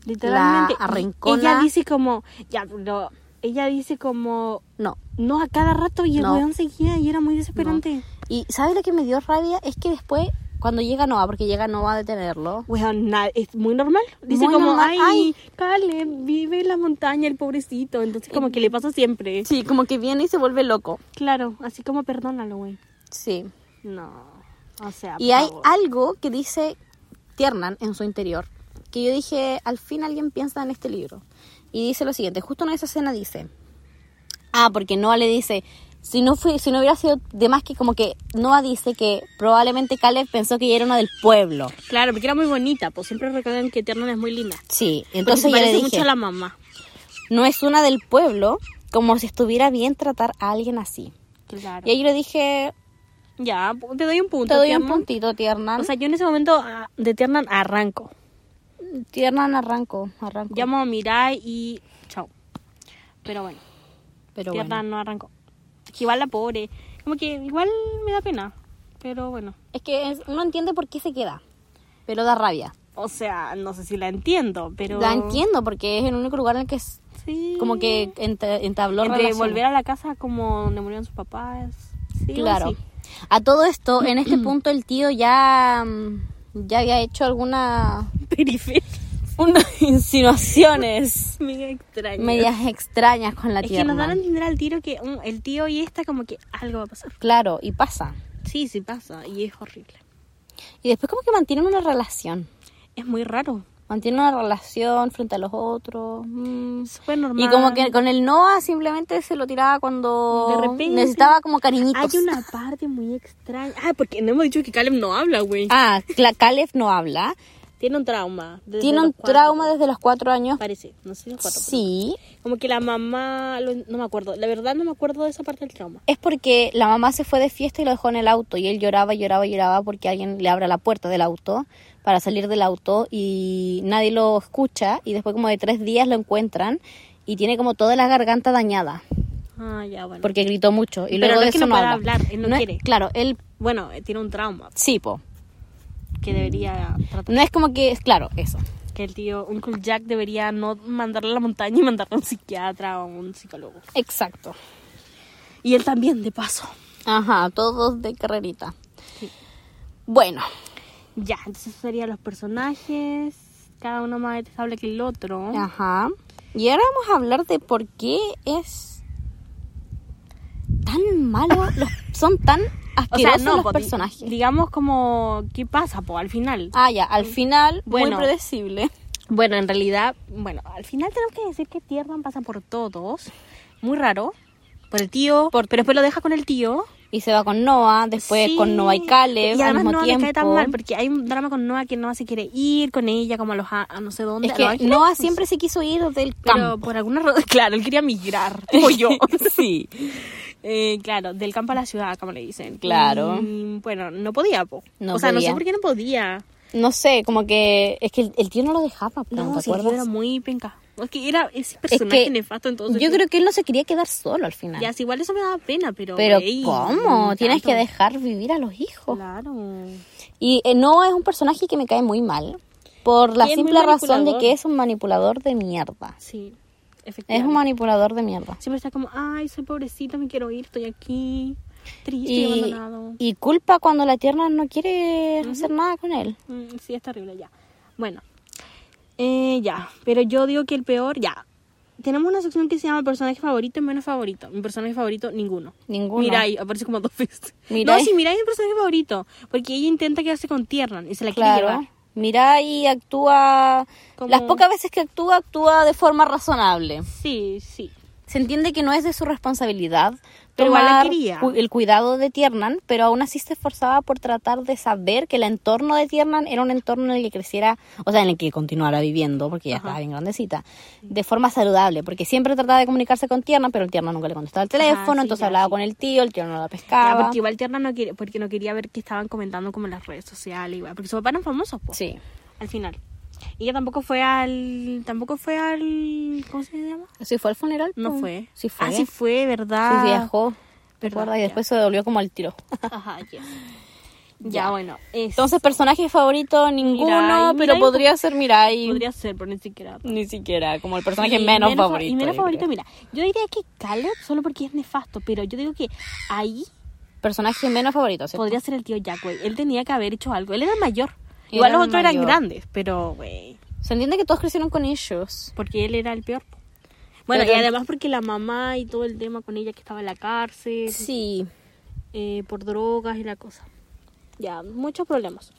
[SPEAKER 2] Literalmente.
[SPEAKER 1] La
[SPEAKER 2] y
[SPEAKER 1] arrancona.
[SPEAKER 2] Ella dice como, ya, pero ella dice como,
[SPEAKER 1] No.
[SPEAKER 2] no a cada rato y el
[SPEAKER 1] No.
[SPEAKER 2] weón seguía y era muy desesperante.
[SPEAKER 1] Y ¿sabes lo que me dio rabia? Es que después, cuando llega Noah, porque llega Noah a detenerlo,
[SPEAKER 2] Weón, na- es muy normal. Dice
[SPEAKER 1] Muy
[SPEAKER 2] como,
[SPEAKER 1] normal,
[SPEAKER 2] ay,
[SPEAKER 1] ay.
[SPEAKER 2] Caleb vive en la montaña, el pobrecito. Entonces como que le pasa siempre.
[SPEAKER 1] sí, como que viene y se vuelve loco.
[SPEAKER 2] Claro, así como perdónalo, güey.
[SPEAKER 1] Sí.
[SPEAKER 2] No. O sea,
[SPEAKER 1] Y
[SPEAKER 2] por
[SPEAKER 1] hay
[SPEAKER 2] favor.
[SPEAKER 1] algo que dice Tiernan en su interior, que yo dije, al fin alguien piensa en este libro. Y dice lo siguiente, justo en esa escena dice, ah, porque Noah le dice, si no, fui, si no hubiera sido de más que como que Noah dice que probablemente Caleb pensó que ella era una del pueblo.
[SPEAKER 2] Claro, porque era muy bonita, pues siempre recuerdan que Tiernan es muy linda.
[SPEAKER 1] Sí, entonces
[SPEAKER 2] Entonces se
[SPEAKER 1] yo le
[SPEAKER 2] parece
[SPEAKER 1] dije,
[SPEAKER 2] mucho a la mamá.
[SPEAKER 1] no es una del pueblo, como si estuviera bien tratar a alguien así.
[SPEAKER 2] Claro.
[SPEAKER 1] Y ahí yo le dije,
[SPEAKER 2] Ya, te doy un
[SPEAKER 1] te
[SPEAKER 2] punto.
[SPEAKER 1] doy
[SPEAKER 2] mi
[SPEAKER 1] un
[SPEAKER 2] amor.
[SPEAKER 1] puntito, Tiernan.
[SPEAKER 2] O sea, yo en ese momento ah, de Tiernan arranco.
[SPEAKER 1] Tiernan arranco, arranco.
[SPEAKER 2] Llamo a Mirai y chao. Pero bueno,
[SPEAKER 1] pero bueno.
[SPEAKER 2] Tiernan no arrancó. Que Igual la pobre. Como que igual me da pena. Pero bueno.
[SPEAKER 1] Es que es- uno entiende por qué se queda, pero da rabia.
[SPEAKER 2] O sea, no sé si la entiendo, pero...
[SPEAKER 1] La entiendo porque es el único lugar en el que es-
[SPEAKER 2] Sí.
[SPEAKER 1] como que ent- entabló
[SPEAKER 2] Entre
[SPEAKER 1] relaciones.
[SPEAKER 2] volver a la casa como donde murieron sus papás. Sí,
[SPEAKER 1] Claro.
[SPEAKER 2] sí.
[SPEAKER 1] A todo esto, en este punto el tío ya mm, ya había hecho alguna
[SPEAKER 2] Periférico.
[SPEAKER 1] unas insinuaciones
[SPEAKER 2] Mega extraño.
[SPEAKER 1] medias extrañas con la
[SPEAKER 2] es que nos dan
[SPEAKER 1] tierna.
[SPEAKER 2] a entender al tiro que mm, el tío y esta como que algo va a pasar.
[SPEAKER 1] Claro, y pasa.
[SPEAKER 2] Sí, sí pasa. Y es horrible.
[SPEAKER 1] Y después como que mantienen una relación.
[SPEAKER 2] Es muy raro.
[SPEAKER 1] Mantienen una relación frente a los otros. mm.
[SPEAKER 2] Súper normal.
[SPEAKER 1] Y como que con el Noah simplemente se lo tiraba cuando
[SPEAKER 2] De repente.
[SPEAKER 1] necesitaba como cariñitos.
[SPEAKER 2] Hay una parte muy extraña. Ah, porque no hemos dicho que Caleb no habla, güey.
[SPEAKER 1] Ah, Cla- Caleb no habla.
[SPEAKER 2] Tiene un trauma. desde
[SPEAKER 1] Tiene
[SPEAKER 2] los
[SPEAKER 1] un
[SPEAKER 2] cuatro,
[SPEAKER 1] trauma desde los cuatro años.
[SPEAKER 2] Parece, no sé, los cuatro.
[SPEAKER 1] Sí.
[SPEAKER 2] Como que la mamá, lo- no me acuerdo. La verdad no me acuerdo de esa parte del trauma.
[SPEAKER 1] Es porque la mamá se fue de fiesta y lo dejó en el auto y él lloraba, lloraba, lloraba porque alguien le abra la puerta del auto para salir del auto y nadie lo escucha y después como de tres días lo encuentran y tiene como toda la garganta dañada
[SPEAKER 2] Ah, ya, bueno.
[SPEAKER 1] porque gritó mucho y
[SPEAKER 2] Pero
[SPEAKER 1] luego
[SPEAKER 2] no
[SPEAKER 1] de
[SPEAKER 2] es que
[SPEAKER 1] eso
[SPEAKER 2] no pueda
[SPEAKER 1] habla.
[SPEAKER 2] hablar, él no
[SPEAKER 1] es-
[SPEAKER 2] quiere.
[SPEAKER 1] claro, él
[SPEAKER 2] Bueno, eh, tiene un trauma
[SPEAKER 1] sí, po.
[SPEAKER 2] que debería tratar.
[SPEAKER 1] No es como que, claro, eso.
[SPEAKER 2] Que el tío Uncle Jack debería no mandarle a la montaña y mandarle a un psiquiatra o a un psicólogo.
[SPEAKER 1] Exacto.
[SPEAKER 2] Y él también, de paso.
[SPEAKER 1] Ajá, todos de carrerita. Bueno,
[SPEAKER 2] Ya, entonces serían los personajes. Cada uno más detestable que el otro.
[SPEAKER 1] Ajá. Y ahora vamos a hablar de por qué es tan malo, los- son tan asquerosos los
[SPEAKER 2] po, pues, di-
[SPEAKER 1] personajes.
[SPEAKER 2] Digamos como, ¿qué pasa, po, al final?
[SPEAKER 1] Ah, ya, al final,
[SPEAKER 2] Bueno.
[SPEAKER 1] muy predecible.
[SPEAKER 2] Bueno, en realidad, bueno, al final tenemos que decir que Tiernan pasa por todos. Muy raro. Por el tío,
[SPEAKER 1] Por-
[SPEAKER 2] pero después lo deja con el tío.
[SPEAKER 1] Y se va con Noah, después
[SPEAKER 2] Sí.
[SPEAKER 1] con Noah y Caleb
[SPEAKER 2] Y
[SPEAKER 1] al
[SPEAKER 2] además
[SPEAKER 1] mismo
[SPEAKER 2] Noah le
[SPEAKER 1] tiempo.
[SPEAKER 2] cae tan mal porque hay un drama con Noah que Noah se quiere ir con ella como a los a, a no sé dónde.
[SPEAKER 1] es
[SPEAKER 2] a Los
[SPEAKER 1] que
[SPEAKER 2] Ángeles.
[SPEAKER 1] Noah siempre se quiso ir del
[SPEAKER 2] Pero
[SPEAKER 1] campo.
[SPEAKER 2] por alguna razón, claro, él quería migrar, como yo.
[SPEAKER 1] sí.
[SPEAKER 2] Eh, claro, del campo a la ciudad, como le dicen.
[SPEAKER 1] Claro.
[SPEAKER 2] Y, bueno, no podía, po.
[SPEAKER 1] No
[SPEAKER 2] o sea, no
[SPEAKER 1] podía.
[SPEAKER 2] sé por qué no podía.
[SPEAKER 1] No sé, como que es que el, el tío no lo dejaba, po,
[SPEAKER 2] No,
[SPEAKER 1] ¿te
[SPEAKER 2] sí, el tío
[SPEAKER 1] acuerdas?
[SPEAKER 2] era muy penca. Es que era ese personaje nefasto entonces.
[SPEAKER 1] yo creo que él no se quería quedar solo al final.
[SPEAKER 2] Ya, sí, igual eso me daba pena, pero...
[SPEAKER 1] Pero
[SPEAKER 2] ey,
[SPEAKER 1] ¿cómo?
[SPEAKER 2] tanto.
[SPEAKER 1] Tienes que dejar vivir a los hijos.
[SPEAKER 2] Claro.
[SPEAKER 1] Y eh, Noah es un personaje que me cae muy mal por la
[SPEAKER 2] Sí, es muy
[SPEAKER 1] simple razón de
[SPEAKER 2] manipulador.
[SPEAKER 1] que es un manipulador de mierda.
[SPEAKER 2] Sí, efectivamente.
[SPEAKER 1] Es un manipulador de mierda.
[SPEAKER 2] Siempre está como, ay, soy pobrecita, me quiero ir, estoy aquí, triste y,
[SPEAKER 1] Y,
[SPEAKER 2] abandonado.
[SPEAKER 1] y culpa cuando la tierna no quiere hacer nada con él.
[SPEAKER 2] Mm, sí, es terrible, ya. Bueno, eh, ya, pero yo digo que el peor, ya. Tenemos una sección que se llama personaje favorito y menos favorito. Mi personaje favorito, ninguno.
[SPEAKER 1] Ninguno.
[SPEAKER 2] Mirai, aparece como dos veces.
[SPEAKER 1] Mirai.
[SPEAKER 2] No, sí, Mirai es el personaje favorito. Porque ella intenta quedarse con Tiernan y se la quiere
[SPEAKER 1] Claro.
[SPEAKER 2] llevar.
[SPEAKER 1] Mira y actúa.
[SPEAKER 2] Como-
[SPEAKER 1] Las pocas veces que actúa, actúa de forma razonable.
[SPEAKER 2] Sí, sí.
[SPEAKER 1] Se entiende que no es de su responsabilidad
[SPEAKER 2] Pero igual la
[SPEAKER 1] tomar
[SPEAKER 2] quería.
[SPEAKER 1] cu- el cuidado de Tiernan, pero aún así se esforzaba por tratar de saber que el entorno de Tiernan era un entorno en el que creciera, o sea, en el que continuara viviendo, porque ya estaba bien grandecita, de forma saludable, porque siempre trataba de comunicarse con Tiernan, pero Tiernan nunca le contestaba el teléfono,
[SPEAKER 2] sí,
[SPEAKER 1] entonces
[SPEAKER 2] ya,
[SPEAKER 1] hablaba
[SPEAKER 2] sí.
[SPEAKER 1] con el tío, el tío no la
[SPEAKER 2] Ya,
[SPEAKER 1] pescaba.
[SPEAKER 2] porque igual Tiernan no quería, porque no quería ver qué estaban comentando como en las redes sociales. Igual, porque sus papás eran famosos, po,
[SPEAKER 1] Sí,
[SPEAKER 2] al final. Y ella tampoco fue al... Tampoco fue al... ¿Cómo se llama?
[SPEAKER 1] sí fue al funeral.
[SPEAKER 2] No
[SPEAKER 1] po.
[SPEAKER 2] fue.
[SPEAKER 1] Mm. Sí fue.
[SPEAKER 2] Ah, sí
[SPEAKER 1] sí,
[SPEAKER 2] fue, ¿verdad?
[SPEAKER 1] viajó. ¿Te
[SPEAKER 2] Verdad,
[SPEAKER 1] acuerdas? Y
[SPEAKER 2] ya.
[SPEAKER 1] después se volvió como al tiro.
[SPEAKER 2] Ajá, yes. Ya, bueno. eh, es-
[SPEAKER 1] Entonces, personaje favorito, ninguno,
[SPEAKER 2] Mirai,
[SPEAKER 1] pero
[SPEAKER 2] Mirai
[SPEAKER 1] podría ser Mirai.
[SPEAKER 2] podría ser, pero ni siquiera.
[SPEAKER 1] Ni siquiera, como Mm. el
[SPEAKER 2] Y
[SPEAKER 1] personaje menos,
[SPEAKER 2] fa-
[SPEAKER 1] favorito.
[SPEAKER 2] Y menos
[SPEAKER 1] yo
[SPEAKER 2] favorito,
[SPEAKER 1] creo.
[SPEAKER 2] mira. Yo diría que Caleb solo porque es nefasto, pero yo digo que ahí
[SPEAKER 1] Personaje menos favorito, ¿cierto?
[SPEAKER 2] podría ser el tío Jack, güey. Él tenía que haber hecho algo. Él era el mayor.
[SPEAKER 1] Era
[SPEAKER 2] Igual los
[SPEAKER 1] el
[SPEAKER 2] otros eran
[SPEAKER 1] mayor.
[SPEAKER 2] grandes, pero, güey.
[SPEAKER 1] Se entiende que todos crecieron con ellos.
[SPEAKER 2] Porque él era el peor. Bueno,
[SPEAKER 1] Pero-
[SPEAKER 2] y además porque la mamá y todo el tema con ella que estaba en la cárcel,
[SPEAKER 1] Sí.
[SPEAKER 2] eh, por drogas y la cosa. Ya, muchos problemas.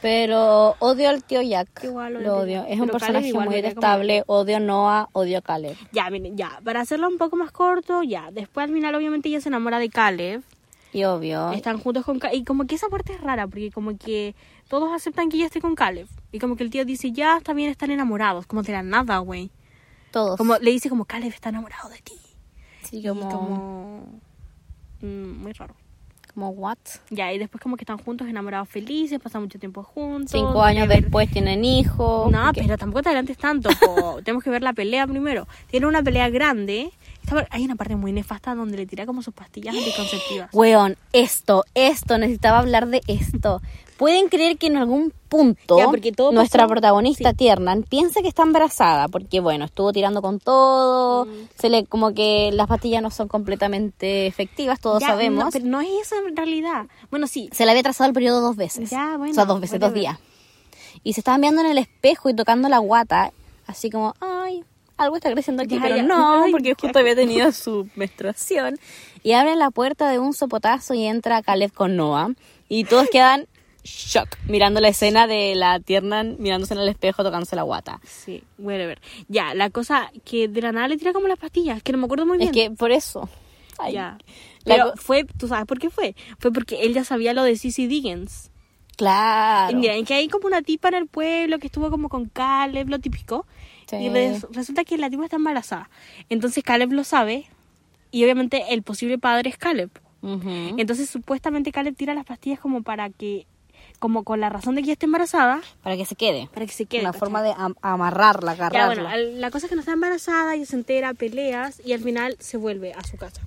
[SPEAKER 1] Pero odio al tío Jack.
[SPEAKER 2] Igual odio
[SPEAKER 1] lo
[SPEAKER 2] al
[SPEAKER 1] odio.
[SPEAKER 2] tío.
[SPEAKER 1] Es un
[SPEAKER 2] Pero Caleb
[SPEAKER 1] personaje
[SPEAKER 2] igual
[SPEAKER 1] muy
[SPEAKER 2] me cae como-
[SPEAKER 1] detestable. Odio a Noah, odio a Caleb.
[SPEAKER 2] Ya, miren, ya. Para hacerlo un poco más corto, ya. Después al final, obviamente, ella se enamora de Caleb.
[SPEAKER 1] Y obvio.
[SPEAKER 2] Están juntos con Caleb. Y como que esa parte es rara, porque como que todos aceptan que ella esté con Caleb. Y como que el tío dice, ya, está bien, están enamorados. Como de la nada, güey.
[SPEAKER 1] Todos.
[SPEAKER 2] Como le dice como, Caleb está enamorado de ti.
[SPEAKER 1] sí,
[SPEAKER 2] Y
[SPEAKER 1] como, como...
[SPEAKER 2] como... mm, muy raro.
[SPEAKER 1] what?
[SPEAKER 2] Ya, y después como que están juntos, enamorados, felices, pasan mucho tiempo juntos.
[SPEAKER 1] Cinco años
[SPEAKER 2] después
[SPEAKER 1] después tienen hijos.
[SPEAKER 2] No,
[SPEAKER 1] porque-
[SPEAKER 2] pero tampoco te adelantes tanto. po. Tenemos que ver la pelea primero. Tiene una pelea grande. Esta par- Hay una parte muy nefasta donde le tira como sus pastillas anticonceptivas.
[SPEAKER 1] Weón, esto, esto, necesitaba hablar de esto. ¿Pueden creer que en algún punto
[SPEAKER 2] Ya, porque todo
[SPEAKER 1] nuestra
[SPEAKER 2] pasó-
[SPEAKER 1] protagonista
[SPEAKER 2] sí.
[SPEAKER 1] Tiernan piensa que está embarazada? Porque, bueno, estuvo tirando con
[SPEAKER 2] Mm.
[SPEAKER 1] todo, se le como que las pastillas no son completamente efectivas, todos
[SPEAKER 2] Ya,
[SPEAKER 1] sabemos.
[SPEAKER 2] No, pero no es eso en realidad. Bueno, sí.
[SPEAKER 1] Se le había trazado el periodo dos veces.
[SPEAKER 2] Ya, bueno,
[SPEAKER 1] o sea, dos veces, dos
[SPEAKER 2] whatever.
[SPEAKER 1] días. Y se estaban viendo en el espejo y tocando la guata, así como, ay, algo está creciendo aquí,
[SPEAKER 2] Ya,
[SPEAKER 1] pero
[SPEAKER 2] ya.
[SPEAKER 1] no,
[SPEAKER 2] Ay,
[SPEAKER 1] porque
[SPEAKER 2] qué
[SPEAKER 1] justo había tenido su menstruación. Y abren la puerta de un sopotazo y entra Caleb con Noah. Y todos quedan shock, mirando la escena de la tierna mirándose en el espejo, tocándose la guata.
[SPEAKER 2] Sí, whatever. Ya, la cosa que de la nada le tira como las pastillas, que no me acuerdo muy bien.
[SPEAKER 1] Es que por eso. ay,
[SPEAKER 2] Ya.
[SPEAKER 1] la
[SPEAKER 2] Pero
[SPEAKER 1] co-
[SPEAKER 2] fue, ¿tú sabes por qué fue? Fue porque él ya sabía lo de C.C. Diggins. Y
[SPEAKER 1] Claro.
[SPEAKER 2] mira, en que hay como una tipa en el pueblo que estuvo como con Caleb, lo típico.
[SPEAKER 1] Sí.
[SPEAKER 2] Y res- resulta que la tipa está embarazada. Entonces Caleb lo sabe. Y obviamente el posible padre es Caleb.
[SPEAKER 1] Ujú.
[SPEAKER 2] Entonces supuestamente Caleb tira las pastillas como para que, como con la razón de que ella esté embarazada,
[SPEAKER 1] Para que se quede.
[SPEAKER 2] para que se quede.
[SPEAKER 1] Una
[SPEAKER 2] ¿cachai?
[SPEAKER 1] forma de am- amarrarla, agarrarla.
[SPEAKER 2] Ya, bueno, ah, al- la cosa es que no está embarazada, ella se entera, peleas y al final se vuelve a su casa.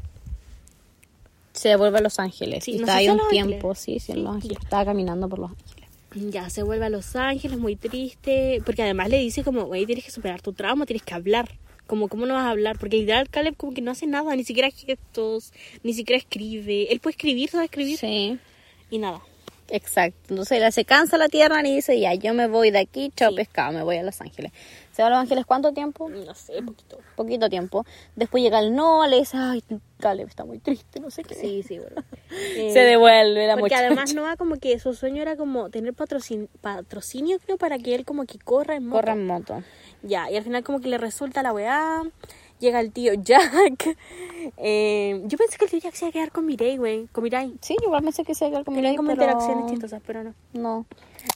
[SPEAKER 1] Se devuelve a Los Ángeles.
[SPEAKER 2] Sí,
[SPEAKER 1] y
[SPEAKER 2] no
[SPEAKER 1] está
[SPEAKER 2] sé
[SPEAKER 1] ahí
[SPEAKER 2] si a
[SPEAKER 1] un
[SPEAKER 2] Los
[SPEAKER 1] tiempo,
[SPEAKER 2] Ángeles.
[SPEAKER 1] sí, sí, en
[SPEAKER 2] Sí,
[SPEAKER 1] Los Ángeles.
[SPEAKER 2] ya.
[SPEAKER 1] Estaba caminando por Los Ángeles.
[SPEAKER 2] Ya, se vuelve a Los Ángeles, muy triste, porque además le dice como, güey, tienes que superar tu trauma, tienes que hablar. Como, ¿cómo no vas a hablar? Porque literal Caleb como que no hace nada, ni siquiera gestos, ni siquiera escribe. Él puede escribir, sabe escribir.
[SPEAKER 1] Sí,
[SPEAKER 2] Y nada.
[SPEAKER 1] exacto. Entonces la, se cansa la tierra y dice, ya, yo me voy de aquí, chao pescado, me voy a Los Ángeles. Se va a Los Ángeles cuánto tiempo?
[SPEAKER 2] No sé, poquito.
[SPEAKER 1] Poquito tiempo. Después llega el no, le dices, ay, Caleb está muy triste, no sé qué.
[SPEAKER 2] Sí, sí, bueno.
[SPEAKER 1] Se devuelve la
[SPEAKER 2] Porque
[SPEAKER 1] muchacha.
[SPEAKER 2] además Noah como que su sueño era como tener patrocin- patrocinio, creo, para que él como que corra en moto.
[SPEAKER 1] Corre en moto.
[SPEAKER 2] Ya, y al final como que le resulta la weá. Llega el tío Jack. Eh, yo pensé que el tío Jack se iba a quedar con Mirai, güey. Con Mirai.
[SPEAKER 1] Sí, igual pensé que se iba a quedar con
[SPEAKER 2] Tenían
[SPEAKER 1] Mirai,
[SPEAKER 2] como
[SPEAKER 1] pero-
[SPEAKER 2] interacciones chistosas, pero no.
[SPEAKER 1] No.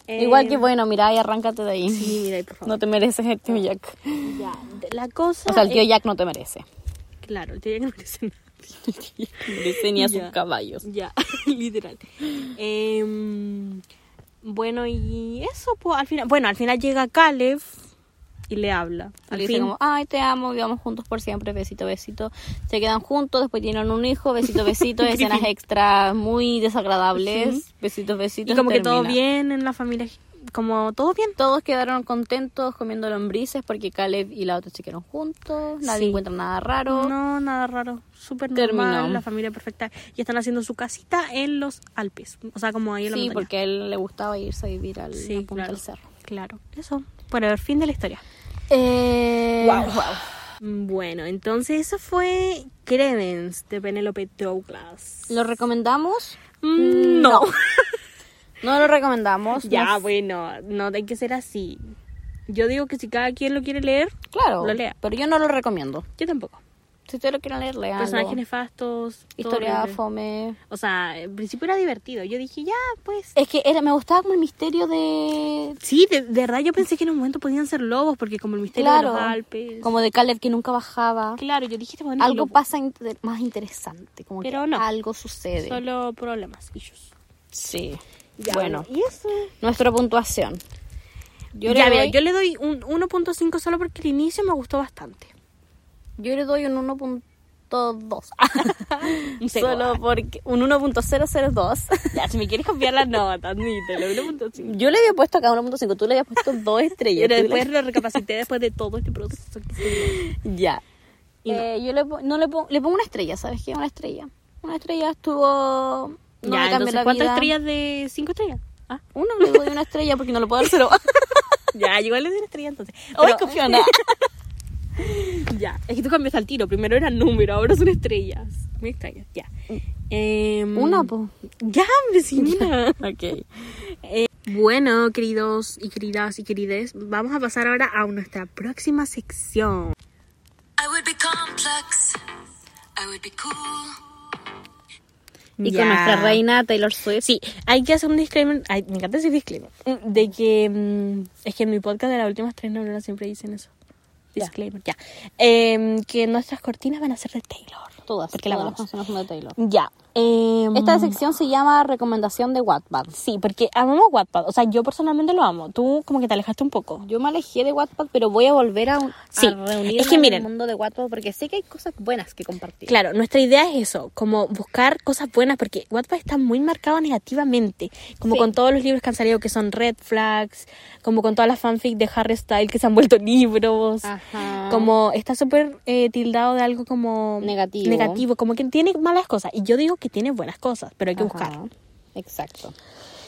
[SPEAKER 2] Eh,
[SPEAKER 1] Igual que bueno, mira, y arráncate de ahí.
[SPEAKER 2] Sí, Mirai, por favor.
[SPEAKER 1] No te mereces el tío Jack.
[SPEAKER 2] Ya, la cosa...
[SPEAKER 1] O sea, el tío
[SPEAKER 2] es-
[SPEAKER 1] Jack no te merece.
[SPEAKER 2] Claro, el tío Jack no merece nada.
[SPEAKER 1] Tenía
[SPEAKER 2] sus Ya.
[SPEAKER 1] caballos.
[SPEAKER 2] Ya, literal. Em, bueno, y eso, pues, al final... Bueno, al final llega Caleb y le habla.
[SPEAKER 1] Al
[SPEAKER 2] Al
[SPEAKER 1] dice
[SPEAKER 2] fin,
[SPEAKER 1] como, ay, te amo, vivamos juntos por siempre, besito, besito. Se quedan juntos, después tienen un hijo, besito, besito, escenas extras muy desagradables, besitos, besitos.
[SPEAKER 2] y como que todo
[SPEAKER 1] termina.
[SPEAKER 2] bien en la familia, como todo bien.
[SPEAKER 1] Todos quedaron contentos comiendo lombrices porque Caleb y la otra se quedaron juntos, nadie
[SPEAKER 2] Sí.
[SPEAKER 1] encuentra nada raro.
[SPEAKER 2] No, nada raro. Súper
[SPEAKER 1] Terminó.
[SPEAKER 2] normal, la familia perfecta. Y están haciendo su casita en los Alpes. O sea, como ahí en la
[SPEAKER 1] sí,
[SPEAKER 2] montaña.
[SPEAKER 1] porque a él le gustaba irse a vivir al a la
[SPEAKER 2] Sí,
[SPEAKER 1] punta
[SPEAKER 2] claro.
[SPEAKER 1] del cerro.
[SPEAKER 2] Claro, eso. Bueno, el fin de la historia.
[SPEAKER 1] Eh,
[SPEAKER 2] Mm, Bueno, entonces eso fue Credence de Penelope Douglas.
[SPEAKER 1] ¿Lo recomendamos?
[SPEAKER 2] Mm, no.
[SPEAKER 1] No lo recomendamos.
[SPEAKER 2] ya,
[SPEAKER 1] no-
[SPEAKER 2] bueno, no hay que ser así. Yo digo que si cada quien lo quiere leer,
[SPEAKER 1] Claro,
[SPEAKER 2] Lo lea.
[SPEAKER 1] pero yo no lo recomiendo.
[SPEAKER 2] yo tampoco.
[SPEAKER 1] Si ustedes lo quieren leer, leanlo.
[SPEAKER 2] Personajes nefastos, todo
[SPEAKER 1] Historia
[SPEAKER 2] horrible.
[SPEAKER 1] fome.
[SPEAKER 2] O sea, en principio era divertido. Yo dije, ya, pues.
[SPEAKER 1] Es que era, me gustaba como el misterio de...
[SPEAKER 2] Sí, de, de verdad yo pensé que en un momento podían ser lobos, porque como el misterio
[SPEAKER 1] Claro,
[SPEAKER 2] de los Alpes.
[SPEAKER 1] como de Caleb que nunca bajaba.
[SPEAKER 2] Claro, yo dije, te ponen
[SPEAKER 1] Algo
[SPEAKER 2] lobo.
[SPEAKER 1] pasa inter- más interesante, como
[SPEAKER 2] Pero
[SPEAKER 1] que
[SPEAKER 2] no.
[SPEAKER 1] algo sucede.
[SPEAKER 2] Solo problemas, issues.
[SPEAKER 1] Sí.
[SPEAKER 2] Ya,
[SPEAKER 1] bueno,
[SPEAKER 2] ¿Y eso?
[SPEAKER 1] nuestra puntuación. Yo,
[SPEAKER 2] ya,
[SPEAKER 1] le
[SPEAKER 2] mira,
[SPEAKER 1] doy,
[SPEAKER 2] yo le doy un 1.5 solo porque el inicio me gustó bastante.
[SPEAKER 1] yo le doy un 1.2.
[SPEAKER 2] Un cero.
[SPEAKER 1] Solo porque... Un 1.002.
[SPEAKER 2] Ya, si me quieres copiar la nota, admítelo, 1.5.
[SPEAKER 1] Yo le había puesto acá 1.5, tú le habías puesto 2 estrellas.
[SPEAKER 2] Pero
[SPEAKER 1] tú le-
[SPEAKER 2] después lo recapacité después de todo este proceso que hicimos.
[SPEAKER 1] Ya.
[SPEAKER 2] Y no.
[SPEAKER 1] Eh, Yo le, po- no le, pongo, le pongo una estrella, ¿sabes qué? Una estrella. Una estrella estuvo. No me
[SPEAKER 2] ya,
[SPEAKER 1] cambió
[SPEAKER 2] entonces,
[SPEAKER 1] la
[SPEAKER 2] ¿cuántas
[SPEAKER 1] vida.
[SPEAKER 2] estrellas de 5 estrellas? Ah.
[SPEAKER 1] Uno le doy una estrella porque no le puedo dar cero.
[SPEAKER 2] Ya, yo igual le doy una estrella entonces.
[SPEAKER 1] Pero-
[SPEAKER 2] Ay, confiona. ya, es que tú cambias al tiro. Primero eran números, ahora son estrellas. Muy extraño, ya. Em,
[SPEAKER 1] Una, po.
[SPEAKER 2] Ya, vecina.
[SPEAKER 1] Ok.
[SPEAKER 2] Eh, Bueno, queridos y queridas y querides, vamos a pasar ahora a nuestra próxima sección.
[SPEAKER 3] I would be complex. I would be cool.
[SPEAKER 1] Y
[SPEAKER 2] Mm, Ya.
[SPEAKER 1] con nuestra reina Taylor Swift.
[SPEAKER 2] Sí, hay que hacer un disclaimer. ay, me encanta decir disclaimer. Mm, De que. mm, es que en mi podcast de las últimas tres neuronas siempre dicen eso. Disclaimer, ya. Em, que nuestras cortinas van a ser de Taylor.
[SPEAKER 1] Todas.
[SPEAKER 2] Porque la
[SPEAKER 1] todas las
[SPEAKER 2] amamos.
[SPEAKER 1] canciones son de Taylor.
[SPEAKER 2] Ya. em,
[SPEAKER 1] Esta sección se llama Recomendación de Wattpad.
[SPEAKER 2] Sí, porque amamos Wattpad. O sea, yo personalmente lo amo. Tú como que te alejaste un poco.
[SPEAKER 1] Yo me alejé de Wattpad, pero voy a volver a, un- a
[SPEAKER 2] Sí,
[SPEAKER 1] reunirme
[SPEAKER 2] es que
[SPEAKER 1] en
[SPEAKER 2] miren.
[SPEAKER 1] el mundo de Wattpad porque sé que hay cosas buenas que compartir.
[SPEAKER 2] Claro, nuestra idea es eso, como buscar cosas buenas, porque Wattpad está muy marcado negativamente, como
[SPEAKER 1] Sí.
[SPEAKER 2] con todos los libros que han salido que son red flags, como con todas las fanfic de Harry Styles que se han vuelto libros,
[SPEAKER 1] Ajá.
[SPEAKER 2] como está súper eh, tildado de algo como
[SPEAKER 1] Negativo.
[SPEAKER 2] negativo, como que tiene malas cosas, y yo digo que tiene buenas cosas, pero hay que buscar.
[SPEAKER 1] Ajá. Exacto.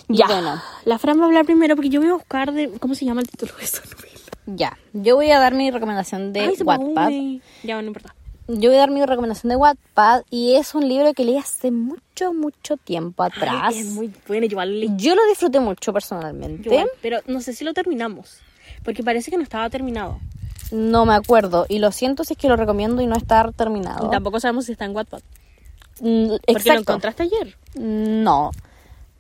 [SPEAKER 1] Y
[SPEAKER 2] Ya,
[SPEAKER 1] bueno.
[SPEAKER 2] la Fran va a hablar primero porque yo voy a buscar de, ¿cómo se llama el título de esa novela?
[SPEAKER 1] Ya, yo voy a dar mi recomendación de
[SPEAKER 2] Ay, se me
[SPEAKER 1] Wattpad.
[SPEAKER 2] une. Ya, no importa.
[SPEAKER 1] Yo voy a dar mi recomendación de Wattpad y es un libro que leí hace mucho, mucho tiempo atrás.
[SPEAKER 2] Ay, es muy bueno, yo igual leí
[SPEAKER 1] Yo lo disfruté mucho personalmente.
[SPEAKER 2] Igual, pero no sé si lo terminamos. Porque parece que no estaba terminado.
[SPEAKER 1] No me acuerdo y lo siento si es que lo recomiendo y no estar terminado.
[SPEAKER 2] Y tampoco sabemos si está en Wattpad. Porque
[SPEAKER 1] Mm,
[SPEAKER 2] lo
[SPEAKER 1] Oh. Exacto.
[SPEAKER 2] encontraste ayer.
[SPEAKER 1] No.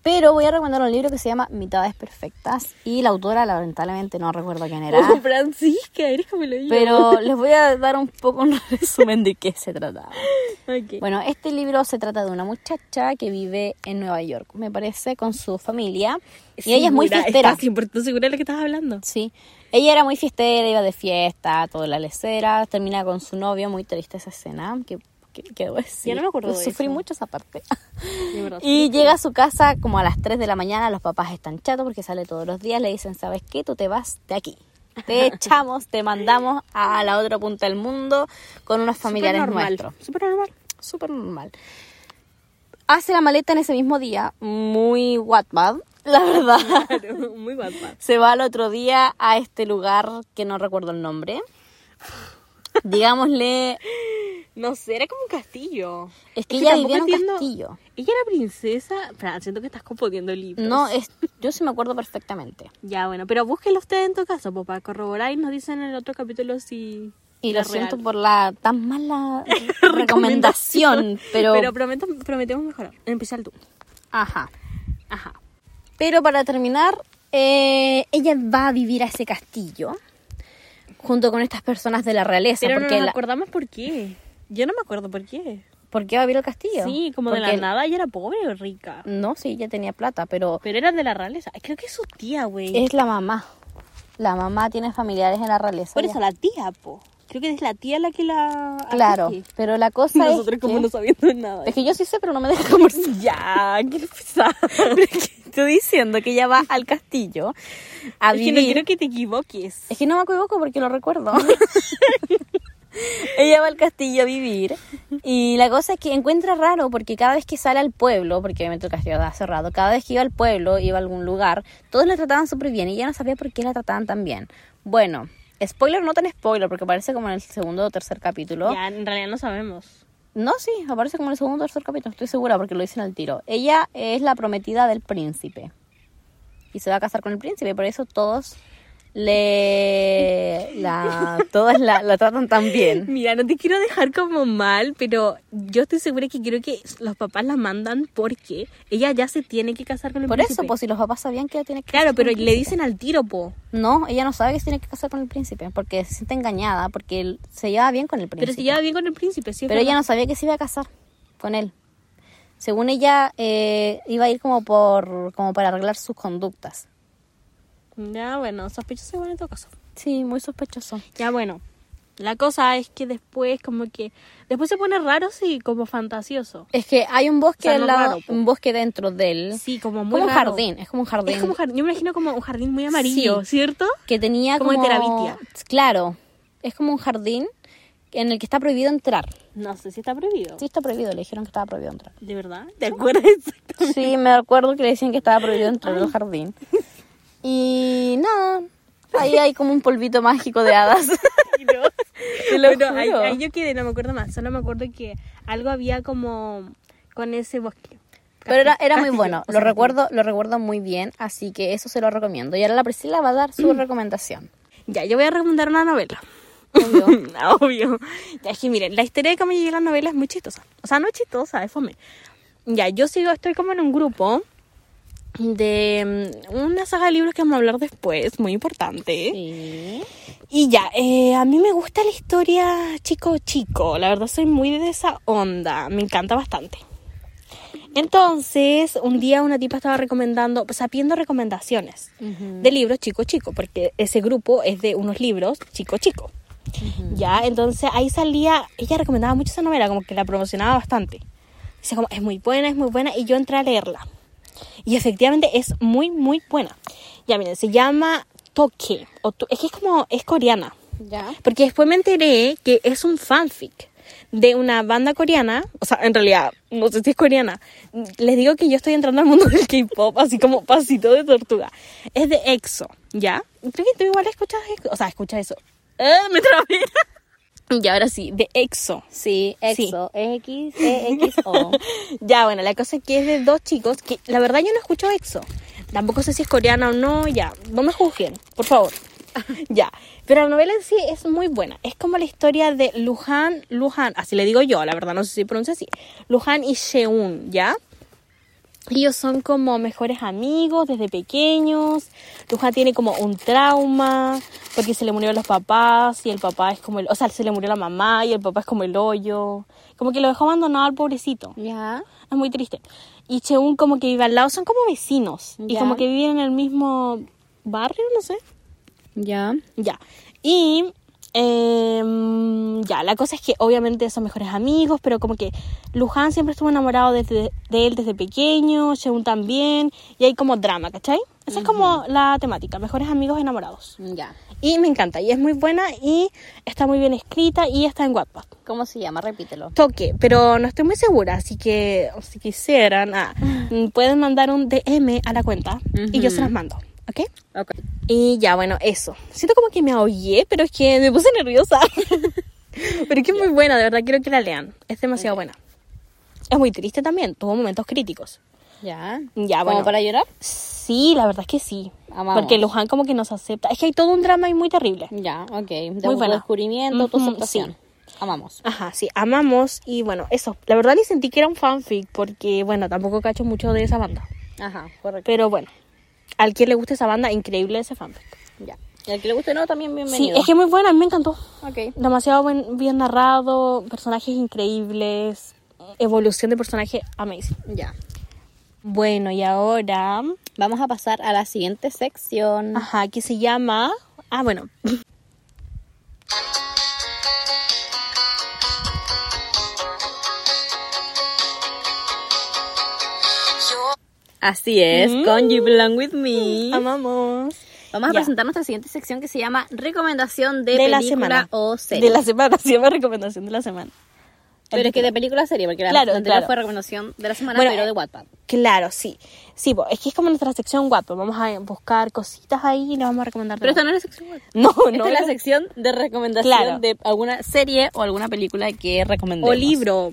[SPEAKER 1] Pero voy a recomendar un libro que se llama Mitades Perfectas y la autora lamentablemente no recuerdo quién era.
[SPEAKER 2] Oh, Francisca, eres como lo digo.
[SPEAKER 1] Pero les voy a dar un poco un resumen de qué se trataba.
[SPEAKER 2] Ok.
[SPEAKER 1] Bueno, este libro se trata de una muchacha que vive en Nueva York, me parece, con su familia. Y ella es muy
[SPEAKER 2] Segura,
[SPEAKER 1] fiestera.
[SPEAKER 2] ¿Estás 100% segura de lo que estás hablando?
[SPEAKER 1] Sí. Ella era muy fiestera, iba de fiesta, toda la lecera. Termina con su novio, muy triste esa escena. Que, que, que debo decir.
[SPEAKER 2] Ya no me acuerdo de
[SPEAKER 1] Sufrí
[SPEAKER 2] eso.
[SPEAKER 1] mucho esa parte.
[SPEAKER 2] De verdad.
[SPEAKER 1] Y llega a su casa como a las 3 de la mañana, los papás están chatos porque sale todos los días, le dicen, ¿sabes qué? Tú te vas de aquí. Te echamos, te mandamos a la otra punta del mundo con unos familiares
[SPEAKER 2] Súper normal,
[SPEAKER 1] nuestros.
[SPEAKER 2] Súper normal.
[SPEAKER 1] Súper normal. hace la maleta en ese mismo día, muy Wattpad, la verdad.
[SPEAKER 2] Muy guapa.
[SPEAKER 1] Se va al otro día a este lugar que no recuerdo el nombre. Digámosle,
[SPEAKER 2] No sé, era como un castillo.
[SPEAKER 1] Es que ella
[SPEAKER 2] tampoco
[SPEAKER 1] vivía en un
[SPEAKER 2] entiendo-
[SPEAKER 1] castillo.
[SPEAKER 2] Ella era princesa. Fran, siento que estás confundiendo libros.
[SPEAKER 1] no, es, yo sí me acuerdo perfectamente.
[SPEAKER 2] Ya, bueno, pero búsquenlo ustedes en tu caso, pues para corroborar y nos dicen en el otro capítulo si.
[SPEAKER 1] Y
[SPEAKER 2] si
[SPEAKER 1] lo
[SPEAKER 2] es real.
[SPEAKER 1] siento por la tan mala recomendación, pero...
[SPEAKER 2] Pero prometo- prometemos mejorar. En especial tú.
[SPEAKER 1] Ajá.
[SPEAKER 2] Ajá.
[SPEAKER 1] Pero para terminar, eh, ella va a vivir a ese castillo junto con estas personas de la realeza.
[SPEAKER 2] Pero no
[SPEAKER 1] porque
[SPEAKER 2] nos
[SPEAKER 1] la-
[SPEAKER 2] acordamos por qué. Yo no me acuerdo por qué.
[SPEAKER 1] ¿Por qué va a vivir al castillo?
[SPEAKER 2] Sí, como de la
[SPEAKER 1] Porque-
[SPEAKER 2] nada ella era pobre o rica.
[SPEAKER 1] No, sí, ella tenía plata, pero
[SPEAKER 2] Pero era de la realeza. Ay, Creo que es su tía, güey.
[SPEAKER 1] es la mamá. La mamá tiene familiares en la realeza.
[SPEAKER 2] Por
[SPEAKER 1] ya.
[SPEAKER 2] eso, la tía, po. Creo que es la tía la que la...
[SPEAKER 1] Claro,
[SPEAKER 2] Sí.
[SPEAKER 1] pero la cosa
[SPEAKER 2] Nosotros
[SPEAKER 1] es,
[SPEAKER 2] como
[SPEAKER 1] que...
[SPEAKER 2] no sabiendo nada.
[SPEAKER 1] es que yo sí sé, pero no me deja conversar.
[SPEAKER 2] Ya, qué pesada.
[SPEAKER 1] Pero es que Estoy diciendo que ella va al castillo a
[SPEAKER 2] Es que no
[SPEAKER 1] vivir.
[SPEAKER 2] quiero que te equivoques.
[SPEAKER 1] Es que no me equivoco porque lo recuerdo. Ella va al castillo a vivir y la cosa es que encuentra raro porque cada vez que sale al pueblo, porque obviamente el castillo estaba cerrado, cada vez que iba al pueblo, iba a algún lugar, todos la trataban súper bien y ella no sabía por qué la trataban tan bien. Bueno, spoiler no tan spoiler porque aparece como en el segundo o tercer capítulo.
[SPEAKER 2] Ya, en realidad no sabemos.
[SPEAKER 1] No, sí, aparece como en el segundo o tercer capítulo, estoy segura porque lo dicen al tiro. Ella es la prometida del príncipe y se va a casar con el príncipe, por eso todos le la todos la, la tratan tan bien.
[SPEAKER 2] Mira, no te quiero dejar como mal, pero yo estoy segura que creo que los papás la mandan porque ella ya se tiene que casar con el
[SPEAKER 1] Por eso,
[SPEAKER 2] príncipe.
[SPEAKER 1] pues si los papás sabían que ella tiene que
[SPEAKER 2] Claro,
[SPEAKER 1] casar con
[SPEAKER 2] pero
[SPEAKER 1] el
[SPEAKER 2] le
[SPEAKER 1] príncipe.
[SPEAKER 2] dicen al tiro, po.
[SPEAKER 1] No, ella no sabe que se tiene que casar con el príncipe porque se siente engañada porque él se lleva bien con el príncipe.
[SPEAKER 2] Pero se lleva bien con el príncipe, sí. es
[SPEAKER 1] Pero ella
[SPEAKER 2] verdad.
[SPEAKER 1] no sabía que se iba a casar con él. Según ella eh, iba a ir como por como para arreglar sus conductas.
[SPEAKER 2] Ya, bueno, sospechoso igual en todo caso.
[SPEAKER 1] Sí, muy sospechoso.
[SPEAKER 2] Ya, bueno. La cosa es que después como que... Después se pone raro, sí, como fantasioso.
[SPEAKER 1] Es que hay un bosque
[SPEAKER 2] O sea,
[SPEAKER 1] al
[SPEAKER 2] no
[SPEAKER 1] lado,
[SPEAKER 2] raro, po.
[SPEAKER 1] un bosque dentro de él.
[SPEAKER 2] Sí, como muy
[SPEAKER 1] como un
[SPEAKER 2] raro.
[SPEAKER 1] jardín, es como un jardín.
[SPEAKER 2] Es como un jardín. Yo me imagino como un jardín muy amarillo,
[SPEAKER 1] Sí.
[SPEAKER 2] ¿cierto?
[SPEAKER 1] que tenía
[SPEAKER 2] como
[SPEAKER 1] como,
[SPEAKER 2] de terabitia.
[SPEAKER 1] Claro, es como un jardín en el que está prohibido entrar.
[SPEAKER 2] No sé si está prohibido.
[SPEAKER 1] Sí, está prohibido, le dijeron que estaba prohibido entrar.
[SPEAKER 2] ¿De verdad? ¿Te acuerdas? exacto?
[SPEAKER 1] Sí, me acuerdo que le decían que estaba prohibido entrar al jardín. Y nada, ahí hay como un polvito mágico de hadas. Te lo
[SPEAKER 2] Bueno, ahí,
[SPEAKER 1] juro.
[SPEAKER 2] ahí yo quedé, no me acuerdo más. Solo me acuerdo que algo había como con ese bosque.
[SPEAKER 1] Pero era, era muy
[SPEAKER 2] Castillo,
[SPEAKER 1] bueno,
[SPEAKER 2] o
[SPEAKER 1] lo
[SPEAKER 2] sea,
[SPEAKER 1] recuerdo, lo recuerdo muy bien, así que eso se lo recomiendo. Y ahora la Priscila va a dar
[SPEAKER 2] Mm.
[SPEAKER 1] su recomendación.
[SPEAKER 2] Ya, yo voy a recomendar una novela.
[SPEAKER 1] Obvio.
[SPEAKER 2] Obvio. Ya, es que miren, la historia de cómo llegué a la novela es muy chistosa. O sea, no es chistosa, es fome. Ya, yo sigo, estoy como en un grupo de mm, una saga de libros que vamos a hablar después, muy importante.
[SPEAKER 1] Sí.
[SPEAKER 2] Y ya, eh, a mí me gusta la historia chico chico, la verdad soy muy de esa onda, me encanta bastante. Entonces, un día una tipa estaba recomendando, pues sabiendo recomendaciones de libros chico chico, porque ese grupo es de unos libros chico chico. Ya, entonces ahí salía, ella recomendaba mucho esa novela, como que la promocionaba bastante. Dice como, es muy buena, es muy buena, y yo entré a leerla. Y efectivamente es muy, muy buena. Ya, miren, se llama Toque. O to- es que es como, es coreana.
[SPEAKER 1] Ya.
[SPEAKER 2] Porque después me enteré que es un fanfic de una banda coreana. O sea, en realidad, no sé si es coreana. Les digo que yo estoy entrando al mundo del K-pop, así como pasito de tortuga. Es de EXO, ¿ya? Creo que tú igual escuchas, o sea, escuchas eso. ¡Ah, me trabé! y ahora sí, de EXO.
[SPEAKER 1] Sí,
[SPEAKER 2] Sí.
[SPEAKER 1] EXO, X, X, O.
[SPEAKER 2] ya, bueno, la cosa es que es de dos chicos que la verdad yo no escucho EXO. Tampoco sé si es coreana o no, ya. No me juzguen, por favor. ya. Pero la novela en sí es muy buena. Es como la historia de Luján, Luján, así le digo yo, la verdad no sé si pronuncia así. Luján y Sheun, ¿ya? Ellos son como mejores amigos desde pequeños. Luján tiene como un trauma porque se le murieron los papás y el papá es como el... O sea, se le murió la mamá y el papá es como el hoyo. Como que lo dejó abandonado al pobrecito.
[SPEAKER 1] Ya.
[SPEAKER 2] Es muy triste. Y Cheun como que vive al lado, son como vecinos. Y
[SPEAKER 1] Ya.
[SPEAKER 2] como que viven en el mismo barrio, no sé.
[SPEAKER 1] Ya.
[SPEAKER 2] Ya. Y Em, ya, la cosa es que obviamente son mejores amigos, pero como que Luján siempre estuvo enamorado desde, de él desde pequeño, Seun también, y hay como drama, ¿cachai? Esa es como la temática, mejores amigos enamorados.
[SPEAKER 1] Ya.
[SPEAKER 2] Y me encanta, y es muy buena, y está muy bien escrita, y está en Wattpad.
[SPEAKER 1] ¿Cómo se llama? Repítelo.
[SPEAKER 2] Toque, pero no estoy muy segura, así que si quisieran, ah,
[SPEAKER 1] Mm.
[SPEAKER 2] pueden mandar un DM a la cuenta, y yo se las mando, ¿ok?
[SPEAKER 1] Ok.
[SPEAKER 2] Y ya, bueno, eso. Siento como que me ahogué, pero es que me puse nerviosa. pero es que es muy buena, de verdad, quiero que la lean. Es demasiado buena. Es muy triste también, tuvo momentos críticos.
[SPEAKER 1] Ya.
[SPEAKER 2] Ya,
[SPEAKER 1] ¿Como
[SPEAKER 2] bueno.
[SPEAKER 1] para llorar?
[SPEAKER 2] Sí, la verdad es que sí.
[SPEAKER 1] Amamos.
[SPEAKER 2] Porque Luján como que nos acepta. Es que hay todo un drama y muy terrible.
[SPEAKER 1] Ya, ok. De
[SPEAKER 2] Muy
[SPEAKER 1] tu
[SPEAKER 2] buena.
[SPEAKER 1] descubrimiento, tu
[SPEAKER 2] Ujú,
[SPEAKER 1] aceptación. Amamos.
[SPEAKER 2] Ajá, sí, amamos y bueno, eso. La verdad ni sentí que era un fanfic porque, bueno, tampoco cacho mucho de esa banda.
[SPEAKER 1] Ajá, correcto.
[SPEAKER 2] Pero bueno, al que le guste esa banda, increíble ese fanfic.
[SPEAKER 1] Ya. Y al que le guste no, también bienvenido.
[SPEAKER 2] Sí, es que es muy buena, a mí me encantó.
[SPEAKER 1] Ok.
[SPEAKER 2] demasiado buen- bien narrado, personajes increíbles, evolución de personaje amazing. Mm.
[SPEAKER 1] Ya.
[SPEAKER 2] Bueno, y ahora,
[SPEAKER 1] Vamos a pasar a la siguiente sección.
[SPEAKER 2] ajá, que se llama, ah, bueno,
[SPEAKER 1] Así es, con You Belong With Me.
[SPEAKER 2] amamos.
[SPEAKER 1] Vamos a
[SPEAKER 2] Ya.
[SPEAKER 1] presentar nuestra siguiente sección que se llama Recomendación de,
[SPEAKER 2] De,
[SPEAKER 1] película
[SPEAKER 2] la semana.
[SPEAKER 1] o serie.
[SPEAKER 2] De la semana, se llama recomendación de la semana.
[SPEAKER 1] Pero es que de película o serie, porque la,
[SPEAKER 2] Claro,
[SPEAKER 1] la anterior
[SPEAKER 2] claro.
[SPEAKER 1] fue recomendación de la semana,
[SPEAKER 2] Bueno,
[SPEAKER 1] pero
[SPEAKER 2] eh,
[SPEAKER 1] de Wattpad.
[SPEAKER 2] Claro, sí. Sí, po, es que es como nuestra sección guapo. Vamos a buscar cositas ahí y las vamos a recomendar. de
[SPEAKER 1] Pero esta
[SPEAKER 2] guapo.
[SPEAKER 1] no es la sección Wattpad.
[SPEAKER 2] no, no.
[SPEAKER 1] Esta es la
[SPEAKER 2] no.
[SPEAKER 1] sección de recomendación
[SPEAKER 2] Claro.
[SPEAKER 1] de alguna serie o alguna película que recomendemos.
[SPEAKER 2] O libro.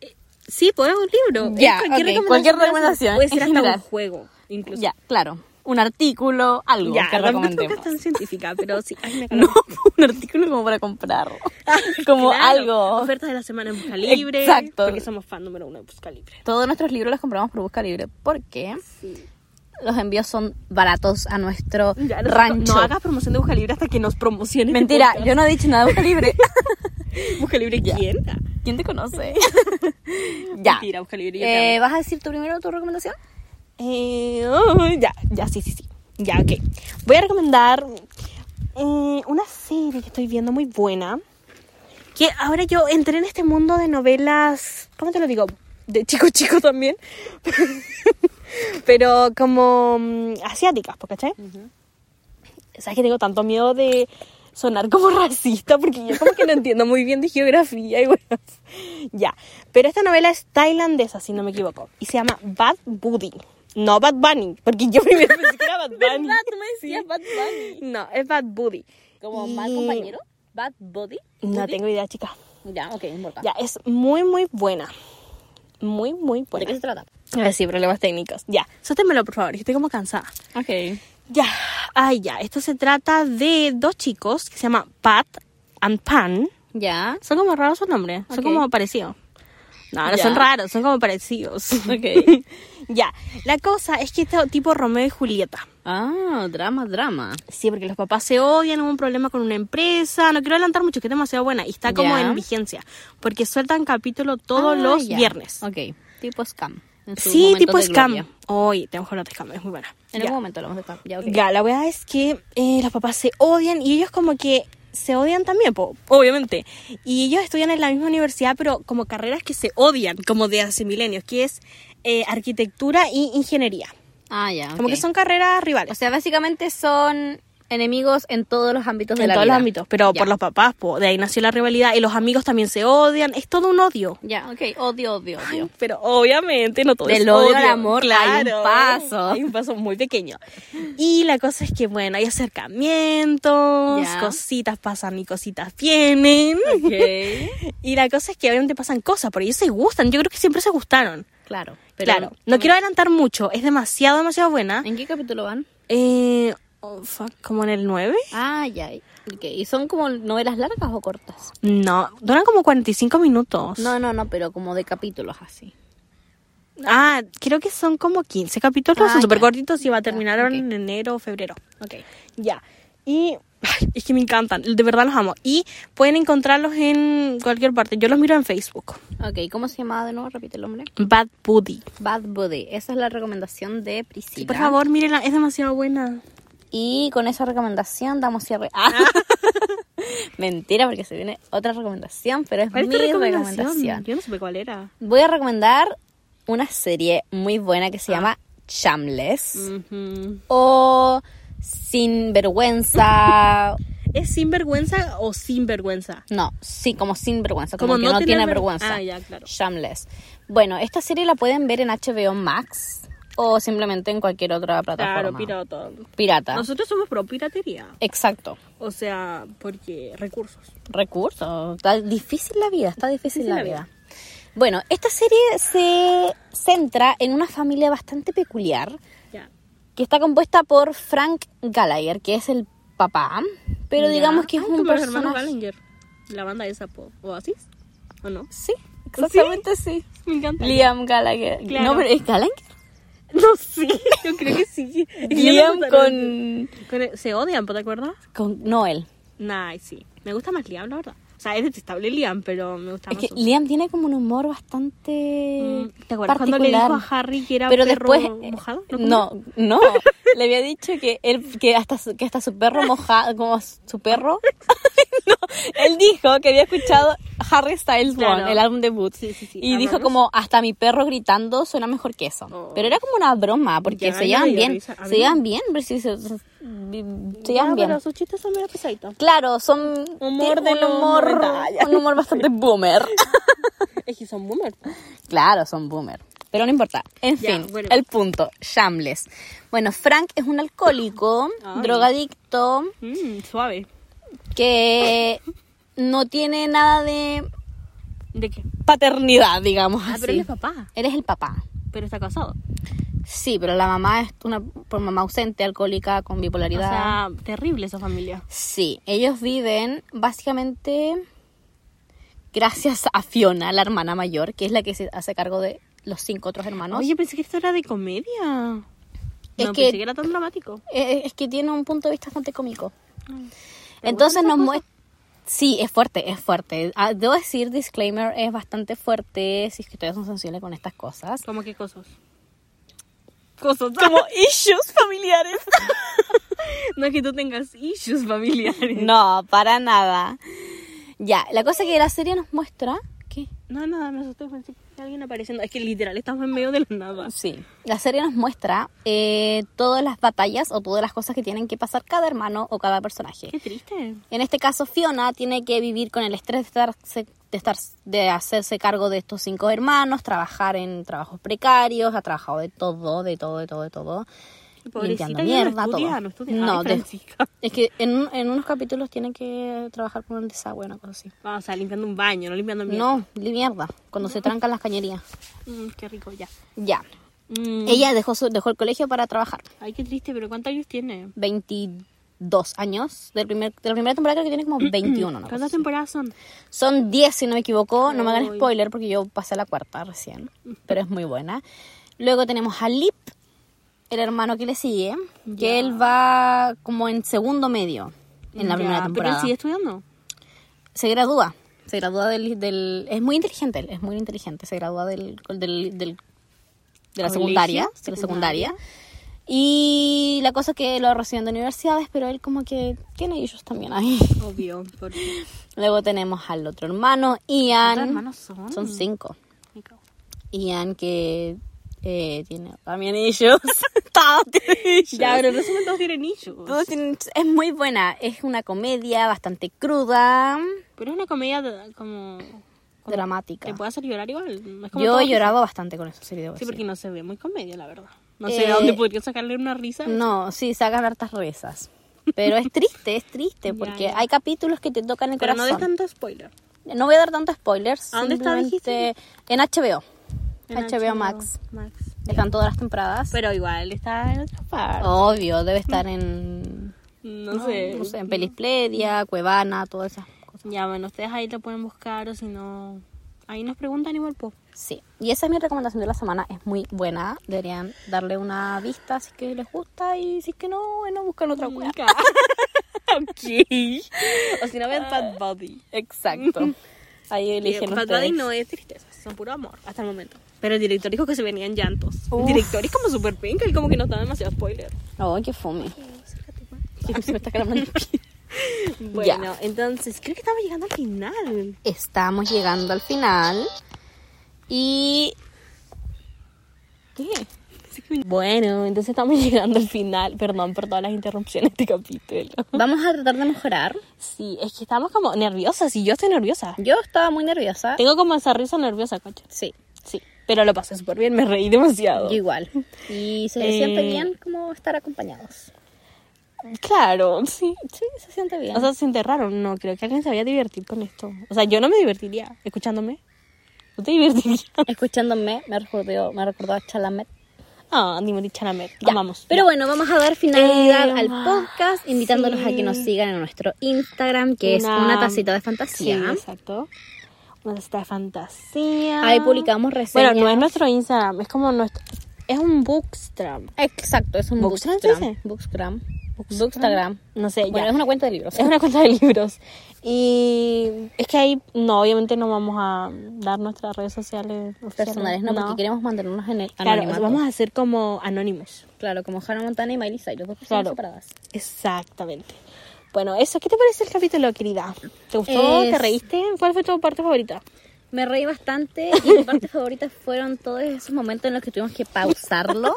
[SPEAKER 2] Eh,
[SPEAKER 1] Sí, pues un libro.
[SPEAKER 2] Ya,
[SPEAKER 1] Es
[SPEAKER 2] ok, cualquier recomendación,
[SPEAKER 1] Puede ser
[SPEAKER 2] en
[SPEAKER 1] hasta
[SPEAKER 2] general.
[SPEAKER 1] un juego, incluso.
[SPEAKER 2] Ya, claro. Un artículo, algo
[SPEAKER 1] Ya,
[SPEAKER 2] que
[SPEAKER 1] tampoco
[SPEAKER 2] recomendemos.
[SPEAKER 1] es tan científica, pero sí. Ay, me
[SPEAKER 2] No, un artículo como para comprar. Como
[SPEAKER 1] Ah, Claro,
[SPEAKER 2] algo. Ofertas de la semana en Busca Libre.
[SPEAKER 1] Exacto.
[SPEAKER 2] Porque somos fan número uno de Busca Libre.
[SPEAKER 1] Todos nuestros libros los compramos por Busca Libre porque los envíos son baratos a nuestro
[SPEAKER 2] Ya, no-
[SPEAKER 1] rancho.
[SPEAKER 2] No hagas promoción de Busca Libre hasta que nos promocionen.
[SPEAKER 1] Mentira,
[SPEAKER 2] Busca-
[SPEAKER 1] yo no he dicho nada de Busca Libre.
[SPEAKER 2] Busca Libre, ¿quién?
[SPEAKER 1] ¿Quién te conoce? ya.
[SPEAKER 2] Mentira, Busca Libre. yo te
[SPEAKER 1] Eh, ¿Vas a decir tú primero tu recomendación?
[SPEAKER 2] amo. Eh, oh, ya, ya, sí, sí, sí. Ya, ok. Voy a recomendar eh, una serie que estoy viendo muy buena. Que ahora yo entré en este mundo de novelas. ¿Cómo te lo digo? De chico chico también. Pero como mm, asiáticas, ¿po? ¿cachai? ¿Sabes que tengo tanto miedo de sonar como racista? Porque yo como que no entiendo muy bien de geografía y bueno, ya. Pero esta novela es tailandesa, si no me equivoco. Y se llama Bad Buddy. No Bad Bunny, porque yo primero pensé que era Bad Bunny.
[SPEAKER 1] tú me decías Bad Bunny.
[SPEAKER 2] No, es Bad Buddy.
[SPEAKER 1] Como
[SPEAKER 2] Y-
[SPEAKER 1] mal compañero. Bad Body.
[SPEAKER 2] No tengo idea, chica.
[SPEAKER 1] Ya, ok, no importa.
[SPEAKER 2] Ya, es muy, muy buena. Muy, muy
[SPEAKER 1] ¿De qué
[SPEAKER 2] buena.
[SPEAKER 1] se trata?
[SPEAKER 2] A ver, sí, problemas técnicos. Ya, sótemelo, por favor, que estoy como cansada.
[SPEAKER 1] Ok.
[SPEAKER 2] Ya, ay, ya. Esto se trata de dos chicos que se llaman Pat and Pan.
[SPEAKER 1] Ya.
[SPEAKER 2] Son como raros sus nombres,
[SPEAKER 1] Ok.
[SPEAKER 2] son como parecidos. No, no
[SPEAKER 1] Ya.
[SPEAKER 2] son raros, son como parecidos.
[SPEAKER 1] Ok.
[SPEAKER 2] ya, la cosa es que este tipo Romeo y Julieta.
[SPEAKER 1] Ah, drama, drama.
[SPEAKER 2] Sí, porque los papás se odian, hubo un problema con una empresa. No quiero adelantar mucho, que es demasiado buena. Y está como
[SPEAKER 1] Ya.
[SPEAKER 2] en vigencia. Porque sueltan capítulo todos
[SPEAKER 1] Ah,
[SPEAKER 2] los
[SPEAKER 1] ya.
[SPEAKER 2] viernes.
[SPEAKER 1] Ok. Tipo scam. en su
[SPEAKER 2] Sí,
[SPEAKER 1] momento
[SPEAKER 2] tipo
[SPEAKER 1] de
[SPEAKER 2] scam.
[SPEAKER 1] gloria.
[SPEAKER 2] Oye, tengo que hablar de scam, es muy buena.
[SPEAKER 1] En
[SPEAKER 2] Ya.
[SPEAKER 1] algún momento lo vamos a estar. Ya, ok.
[SPEAKER 2] Ya, la verdad es que eh, los papás se odian y ellos como que se odian también, po, obviamente. Y ellos estudian en la misma universidad, pero como carreras que se odian, como de hace milenios, que es eh, arquitectura y ingeniería.
[SPEAKER 1] Ah, ya.
[SPEAKER 2] Como
[SPEAKER 1] ok.
[SPEAKER 2] que son carreras
[SPEAKER 1] O
[SPEAKER 2] rivales.
[SPEAKER 1] sea, básicamente son enemigos en todos los ámbitos de
[SPEAKER 2] en
[SPEAKER 1] la
[SPEAKER 2] todos
[SPEAKER 1] vida.
[SPEAKER 2] los ámbitos, pero
[SPEAKER 1] Ya.
[SPEAKER 2] por los papás, po, de ahí nació la rivalidad y los amigos también se odian, es todo un odio.
[SPEAKER 1] Ya, ok. Odio, odio, odio.
[SPEAKER 2] Pero obviamente no todo
[SPEAKER 1] Del
[SPEAKER 2] es
[SPEAKER 1] odio
[SPEAKER 2] odio
[SPEAKER 1] al amor hay un paso.
[SPEAKER 2] Hay un paso muy pequeño. Y la cosa es que, bueno, hay acercamientos,
[SPEAKER 1] Ya.
[SPEAKER 2] cositas pasan y cositas vienen.
[SPEAKER 1] Ok.
[SPEAKER 2] Y la cosa es que obviamente pasan cosas, pero ellos se gustan. Yo creo que siempre se gustaron.
[SPEAKER 1] claro. Pero,
[SPEAKER 2] claro. No quiero adelantar mucho, es demasiado, demasiado buena.
[SPEAKER 1] ¿En qué capítulo van?
[SPEAKER 2] Eh, oh, fuck, ¿Como en el 9?
[SPEAKER 1] Ah, ya. Ok. ¿Y son como novelas largas o cortas?
[SPEAKER 2] No, duran como 45 minutos.
[SPEAKER 1] No, no, no, pero como de capítulos así.
[SPEAKER 2] Ah, creo que son como 15 capítulos,
[SPEAKER 1] Ah,
[SPEAKER 2] son súper
[SPEAKER 1] ya.
[SPEAKER 2] cortitos y va a terminar
[SPEAKER 1] ok.
[SPEAKER 2] ahora en enero o febrero.
[SPEAKER 1] Ok.
[SPEAKER 2] Ya. Y ay, es que me encantan, de verdad los amo. Y pueden encontrarlos en cualquier parte. Yo los miro en Facebook.
[SPEAKER 1] Ok, ¿cómo se llamaba de nuevo? Repite el nombre.
[SPEAKER 2] Bad Buddy.
[SPEAKER 1] Bad Buddy. Esa es la recomendación de Priscila.
[SPEAKER 2] Sí, por favor, mírenla, es demasiado buena.
[SPEAKER 1] Y con esa recomendación damos cierre. Ah. Mentira, porque se viene otra recomendación, pero es
[SPEAKER 2] ¿Cuál es
[SPEAKER 1] mi
[SPEAKER 2] tu recomendación?
[SPEAKER 1] recomendación.
[SPEAKER 2] Yo no supe cuál era.
[SPEAKER 1] Voy a recomendar una serie muy buena que se llama Chamless o Sin Vergüenza.
[SPEAKER 2] ¿Es sin vergüenza o sin vergüenza?
[SPEAKER 1] No, sí, como sin vergüenza, como,
[SPEAKER 2] Como
[SPEAKER 1] que
[SPEAKER 2] no
[SPEAKER 1] no
[SPEAKER 2] tener
[SPEAKER 1] tiene
[SPEAKER 2] ver-
[SPEAKER 1] vergüenza.
[SPEAKER 2] Ah, ya, claro.
[SPEAKER 1] Shameless. Bueno, esta serie la pueden ver en HBO Max o simplemente en cualquier otra plataforma.
[SPEAKER 2] Claro, pirato.
[SPEAKER 1] Pirata.
[SPEAKER 2] Nosotros somos pro piratería.
[SPEAKER 1] Exacto.
[SPEAKER 2] O sea, porque recursos.
[SPEAKER 1] Recursos. Está difícil la vida, está difícil
[SPEAKER 2] Difícil
[SPEAKER 1] la
[SPEAKER 2] la
[SPEAKER 1] vida. Bueno, esta serie se centra en una familia bastante peculiar
[SPEAKER 2] Ya.
[SPEAKER 1] que está compuesta por Frank Gallagher, que es el papá, pero
[SPEAKER 2] Ya.
[SPEAKER 1] digamos que es
[SPEAKER 2] Ay,
[SPEAKER 1] un
[SPEAKER 2] como los hermanos
[SPEAKER 1] personaje...
[SPEAKER 2] Gallagher. La banda esa, po. ¿o así? ¿O no?
[SPEAKER 1] Sí, exactamente sí.
[SPEAKER 2] Me encanta.
[SPEAKER 1] Liam Gallagher.
[SPEAKER 2] Claro.
[SPEAKER 1] No, pero es Gallagher.
[SPEAKER 2] no, sí. Yo creo que sí. Es que yo
[SPEAKER 1] Liam
[SPEAKER 2] no sé
[SPEAKER 1] con...
[SPEAKER 2] con el- Se odian, ¿po? ¿te acuerdas?
[SPEAKER 1] con Noel.
[SPEAKER 2] Nah, sí. Me gusta más Liam, la verdad. O sea, es detestable Liam, pero me gusta
[SPEAKER 1] Es
[SPEAKER 2] más.
[SPEAKER 1] que
[SPEAKER 2] su-
[SPEAKER 1] Liam tiene como un humor bastante.
[SPEAKER 2] Mm, ¿Te acuerdas cuando le dijo
[SPEAKER 1] particular.
[SPEAKER 2] a Harry que era
[SPEAKER 1] Pero
[SPEAKER 2] perro
[SPEAKER 1] después. eh,
[SPEAKER 2] mojado?
[SPEAKER 1] No, no. le había dicho que él, que hasta su, que hasta su perro mojado, como su perro. no, él dijo que había escuchado Harry Styles
[SPEAKER 2] Claro.
[SPEAKER 1] One, el álbum debut.
[SPEAKER 2] Sí, sí, sí.
[SPEAKER 1] Y dijo
[SPEAKER 2] Amamos.
[SPEAKER 1] como hasta mi perro gritando suena mejor que eso.
[SPEAKER 2] Oh.
[SPEAKER 1] Pero era como una broma, porque
[SPEAKER 2] Ya,
[SPEAKER 1] se
[SPEAKER 2] ya
[SPEAKER 1] llevan
[SPEAKER 2] me dio
[SPEAKER 1] bien.
[SPEAKER 2] risa. A
[SPEAKER 1] Se
[SPEAKER 2] mí-
[SPEAKER 1] llevan bien, pero sí, se, se- se llevan
[SPEAKER 2] Ya,
[SPEAKER 1] bien.
[SPEAKER 2] Ah, pero sus chistes son medio pesaditos.
[SPEAKER 1] Claro, son
[SPEAKER 2] Humor
[SPEAKER 1] tiene
[SPEAKER 2] de
[SPEAKER 1] un
[SPEAKER 2] los
[SPEAKER 1] humor,
[SPEAKER 2] 90.
[SPEAKER 1] un humor bastante boomer.
[SPEAKER 2] Es que son boomers.
[SPEAKER 1] Claro, son boomer. Pero no importa. En
[SPEAKER 2] Ya,
[SPEAKER 1] fin,
[SPEAKER 2] bueno.
[SPEAKER 1] el punto, Shambles. Bueno, Frank es un alcohólico,
[SPEAKER 2] Ay.
[SPEAKER 1] drogadicto,
[SPEAKER 2] Mm, suave.
[SPEAKER 1] que no tiene nada de
[SPEAKER 2] ¿De qué?
[SPEAKER 1] paternidad, digamos
[SPEAKER 2] Ah,
[SPEAKER 1] así.
[SPEAKER 2] pero él es papá.
[SPEAKER 1] Eres el papá.
[SPEAKER 2] Pero está casado.
[SPEAKER 1] Sí, pero la mamá es una por mamá ausente, alcohólica, con
[SPEAKER 2] O
[SPEAKER 1] bipolaridad.
[SPEAKER 2] sea, terrible esa familia.
[SPEAKER 1] Sí, ellos viven básicamente gracias a Fiona, la hermana mayor, que es la que se hace cargo de los cinco otros hermanos.
[SPEAKER 2] Oye, pensé que esto era de comedia.
[SPEAKER 1] Es
[SPEAKER 2] no
[SPEAKER 1] que-
[SPEAKER 2] pensé que era tan dramático.
[SPEAKER 1] Eh, es que tiene un punto de vista bastante cómico. Entonces nos muestra... Sí, es fuerte, es fuerte. Ah, Debo decir, disclaimer, es bastante fuerte si es que ustedes son sensibles con estas cosas.
[SPEAKER 2] ¿Cómo qué cosas? Cosas.
[SPEAKER 1] issues familiares.
[SPEAKER 2] no es que tú tengas issues familiares.
[SPEAKER 1] No, para nada. Ya, la cosa que la serie nos muestra... ¿Qué?
[SPEAKER 2] No, nada, me asusté. Pensé que había alguien apareciendo. Es que literal estamos en medio de la nada.
[SPEAKER 1] Sí. La serie nos muestra eh, todas las batallas o todas las cosas que tienen que pasar cada hermano o cada personaje.
[SPEAKER 2] Qué triste.
[SPEAKER 1] En este caso, Fiona tiene que vivir con el estrés de, estarse- de, estar, de hacerse cargo de estos cinco hermanos, trabajar en trabajos precarios, ha trabajado de todo, de todo, de todo, de todo.
[SPEAKER 2] Pobrecita,
[SPEAKER 1] limpiando
[SPEAKER 2] ella no
[SPEAKER 1] mierda,
[SPEAKER 2] estudia,
[SPEAKER 1] todo.
[SPEAKER 2] no estudia. Ay,
[SPEAKER 1] de-
[SPEAKER 2] Francisca.
[SPEAKER 1] es que en, en unos capítulos tiene que trabajar con el desagüe, una cosa así.
[SPEAKER 2] Vamos, o sea, limpiando un baño, no limpiando mierda.
[SPEAKER 1] No, li- mierda, cuando se trancan las cañerías.
[SPEAKER 2] Mm, qué rico, ya.
[SPEAKER 1] Ya.
[SPEAKER 2] Mm.
[SPEAKER 1] Ella dejó, su- dejó el colegio para trabajar.
[SPEAKER 2] Ay, qué triste, pero ¿cuántos años tiene?
[SPEAKER 1] 22 años. Del primer, de la primera temporada creo que tiene como
[SPEAKER 2] Mm,
[SPEAKER 1] 21. ¿no?
[SPEAKER 2] ¿Cuántas temporadas son?
[SPEAKER 1] Son 10 si no me equivoco. No me hagan
[SPEAKER 2] Ay.
[SPEAKER 1] spoiler porque yo pasé la cuarta recién. Pero es muy buena. Luego tenemos a Lip, el hermano que le sigue. Que
[SPEAKER 2] Ya.
[SPEAKER 1] él va como en segundo medio en la
[SPEAKER 2] Ya,
[SPEAKER 1] primera
[SPEAKER 2] Pero él
[SPEAKER 1] temporada.
[SPEAKER 2] sigue estudiando.
[SPEAKER 1] Se gradúa. Se gradúa del, del... Es muy inteligente él, es muy inteligente. Se gradúa del, del, del- de la
[SPEAKER 2] Colegio,
[SPEAKER 1] secundaria. De la secundaria. Y la cosa es que lo reciben de universidades, pero él como que tiene ellos también ahí.
[SPEAKER 2] Obvio. Porque...
[SPEAKER 1] Luego tenemos al otro hermano, Ian.
[SPEAKER 2] ¿Cuántos hermanos son?
[SPEAKER 1] Son cinco.
[SPEAKER 2] Me cago.
[SPEAKER 1] Ian que eh, tiene también issues. Todos tienen issues.
[SPEAKER 2] Ya, pero no son todos tienen issues.
[SPEAKER 1] Todos tienen- es muy buena. Es una comedia bastante cruda,
[SPEAKER 2] Pero es una comedia de- como... como
[SPEAKER 1] dramática.
[SPEAKER 2] Te puede hacer llorar igual. no es como
[SPEAKER 1] Yo
[SPEAKER 2] todo-
[SPEAKER 1] he llorado bastante con esa serie de
[SPEAKER 2] Sí, porque no se ve muy comedia, la verdad. No
[SPEAKER 1] Eh,
[SPEAKER 2] sé a dónde podría sacarle una risa.
[SPEAKER 1] No, sí, sacan hartas risas. Pero es triste, es triste,
[SPEAKER 2] Ya,
[SPEAKER 1] porque
[SPEAKER 2] ya.
[SPEAKER 1] hay capítulos que te tocan el
[SPEAKER 2] Pero no
[SPEAKER 1] corazón.
[SPEAKER 2] de tanto spoiler.
[SPEAKER 1] No voy a dar tantos spoilers.
[SPEAKER 2] ¿A dónde está,
[SPEAKER 1] simplemente En HBO.
[SPEAKER 2] En
[SPEAKER 1] HBO, Max.
[SPEAKER 2] Max.
[SPEAKER 1] Están todas las temporadas.
[SPEAKER 2] Pero igual está en otra parte.
[SPEAKER 1] Obvio, debe estar en.
[SPEAKER 2] No,
[SPEAKER 1] Oh. No
[SPEAKER 2] sé.
[SPEAKER 1] no sé, en Pelispedia, Cuevana, todas esas cosas.
[SPEAKER 2] Ya, bueno, ustedes ahí lo pueden buscar o si no... Ahí nos preguntan igual, po.
[SPEAKER 1] Sí. Y esa es mi recomendación de la semana. Es muy buena. Deberían darle una vista si es que les gusta y si es que no, bueno, buscan otra wea.
[SPEAKER 2] Nunca. O si no
[SPEAKER 1] Ah.
[SPEAKER 2] ven Bad Body.
[SPEAKER 1] Exacto. Ahí eligen
[SPEAKER 2] Eh, Bad
[SPEAKER 1] ustedes.
[SPEAKER 2] Bunny no es tristeza, son puro amor hasta el momento. Pero el director dijo que se venían llantos.
[SPEAKER 1] Uf.
[SPEAKER 2] El director es como super pink, él como que no está demasiado spoiler.
[SPEAKER 1] Ay, qué fome. Se me está calando el pie.
[SPEAKER 2] Bueno, entonces creo que estamos llegando al final.
[SPEAKER 1] Estamos llegando al final. Y. ¿Qué?
[SPEAKER 2] Bueno, entonces estamos llegando al final. Perdón por todas las interrupciones de este capítulo.
[SPEAKER 1] Vamos a tratar de mejorar.
[SPEAKER 2] Sí, es que estamos como nerviosas y yo estoy nerviosa.
[SPEAKER 1] Yo estaba muy nerviosa.
[SPEAKER 2] Tengo como esa risa nerviosa, coche.
[SPEAKER 1] Sí,
[SPEAKER 2] Sí, pero lo pasé súper bien, me reí demasiado.
[SPEAKER 1] yo igual. Y se
[SPEAKER 2] Eh.
[SPEAKER 1] siente bien como estar acompañados.
[SPEAKER 2] Claro, sí.
[SPEAKER 1] Sí, se siente bien.
[SPEAKER 2] O sea, se siente raro, no creo que alguien se vaya a divertir con esto. O sea, yo no me divertiría escuchándome. ¿Tú te divertirías?
[SPEAKER 1] Escuchándome, me recordó, me recordó a Chalamet.
[SPEAKER 2] Ah, Dimoni Chalamet,
[SPEAKER 1] Ya,
[SPEAKER 2] amamos.
[SPEAKER 1] Pero bueno, vamos a dar finalidad
[SPEAKER 2] Eh,
[SPEAKER 1] al
[SPEAKER 2] ah,
[SPEAKER 1] podcast, invitándolos a que nos
[SPEAKER 2] sí.
[SPEAKER 1] sigan en nuestro Instagram, que es
[SPEAKER 2] Una-
[SPEAKER 1] una tacita de
[SPEAKER 2] Sí,
[SPEAKER 1] fantasía.
[SPEAKER 2] exacto. Una lista de fantasía.
[SPEAKER 1] Ahí publicamos reseñas.
[SPEAKER 2] Bueno, no es nuestro Instagram, es como nuestro... Es un Bookstram.
[SPEAKER 1] Exacto, es un
[SPEAKER 2] ¿Bookstagram
[SPEAKER 1] Bookstagram.
[SPEAKER 2] se dice?
[SPEAKER 1] Bookstagram.
[SPEAKER 2] Bookstagram.
[SPEAKER 1] Bookstagram.
[SPEAKER 2] No sé,
[SPEAKER 1] Bueno,
[SPEAKER 2] ya.
[SPEAKER 1] es una cuenta de libros.
[SPEAKER 2] Es una cuenta de libros. Y es que ahí, no, obviamente no vamos a dar nuestras redes sociales oficiales,
[SPEAKER 1] personales, ¿no? Porque queremos mantenernos en el
[SPEAKER 2] Claro,
[SPEAKER 1] anonimato.
[SPEAKER 2] vamos a ser como anónimos.
[SPEAKER 1] Claro, como Hannah Montana y Miley Cyrus, dos personas
[SPEAKER 2] Claro.
[SPEAKER 1] separadas.
[SPEAKER 2] Exactamente. Bueno, eso, ¿qué te parece el capítulo, querida? ¿Te gustó? ¿Te
[SPEAKER 1] Es-
[SPEAKER 2] reíste? ¿Cuál fue tu parte favorita?
[SPEAKER 1] Me reí bastante y mis partes favoritas fueron todos esos momentos en los que tuvimos que pausarlo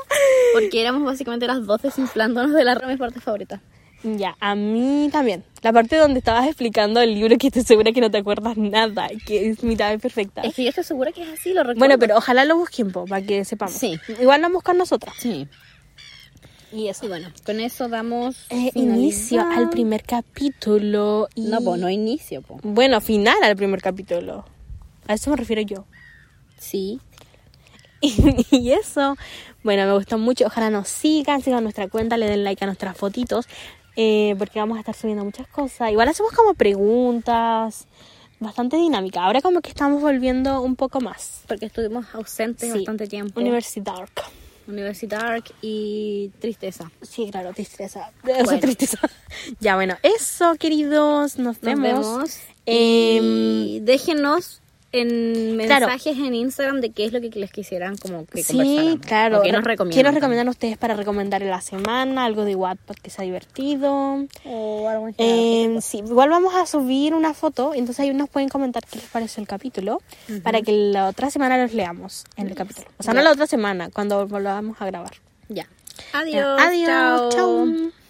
[SPEAKER 1] porque éramos básicamente las dos desinflándonos de la mis partes favoritas.
[SPEAKER 2] Ya, a mí también. La parte donde estabas explicando el libro que estoy segura que no te acuerdas nada, que es mitad de perfecta.
[SPEAKER 1] Es que yo estoy segura que es así, lo recuerdo.
[SPEAKER 2] Bueno, pero ojalá lo busquen, po, para que sepamos.
[SPEAKER 1] Sí.
[SPEAKER 2] Igual lo buscan nosotras.
[SPEAKER 1] Sí.
[SPEAKER 2] Y eso.
[SPEAKER 1] Y bueno, con eso damos
[SPEAKER 2] Eh,
[SPEAKER 1] finalidad.
[SPEAKER 2] inicio al primer capítulo. Y...
[SPEAKER 1] No, pues no inicio, po.
[SPEAKER 2] Bueno, final al primer capítulo. A eso me refiero yo.
[SPEAKER 1] Sí.
[SPEAKER 2] Y, y eso, bueno, me gustó mucho. Ojalá nos sigan, sigan nuestra cuenta, le den like a nuestras fotitos, eh, porque vamos a estar subiendo muchas cosas. Igual hacemos como preguntas, bastante dinámica. Ahora como que estamos volviendo un poco más.
[SPEAKER 1] Porque estuvimos ausentes
[SPEAKER 2] Sí,
[SPEAKER 1] bastante tiempo.
[SPEAKER 2] Universidad.
[SPEAKER 1] Universidad y tristeza.
[SPEAKER 2] Sí, claro, tristeza. O sea,
[SPEAKER 1] Bueno.
[SPEAKER 2] tristeza. Ya, bueno, eso, queridos,
[SPEAKER 1] Nos
[SPEAKER 2] nos vemos.
[SPEAKER 1] vemos.
[SPEAKER 2] Em,
[SPEAKER 1] y déjenos en
[SPEAKER 2] Claro.
[SPEAKER 1] mensajes en Instagram de qué es lo que les quisieran como que
[SPEAKER 2] Sí,
[SPEAKER 1] conversáramos,
[SPEAKER 2] claro.
[SPEAKER 1] o qué nos
[SPEAKER 2] Re-
[SPEAKER 1] recomiendan.
[SPEAKER 2] Quiero recomendar a ustedes para recomendar en la semana algo de Wattpad que sea divertido.
[SPEAKER 1] O algo en general, por
[SPEAKER 2] Eh,
[SPEAKER 1] supuesto.
[SPEAKER 2] sí, igual vamos a subir una foto, entonces ahí nos pueden comentar qué les pareció el capítulo para que la otra semana los leamos en el capítulo. O sea, no la otra semana, cuando volvamos a grabar.
[SPEAKER 1] Ya.
[SPEAKER 2] Ya,
[SPEAKER 1] Adiós.
[SPEAKER 2] Adiós.
[SPEAKER 1] chao.
[SPEAKER 2] chao.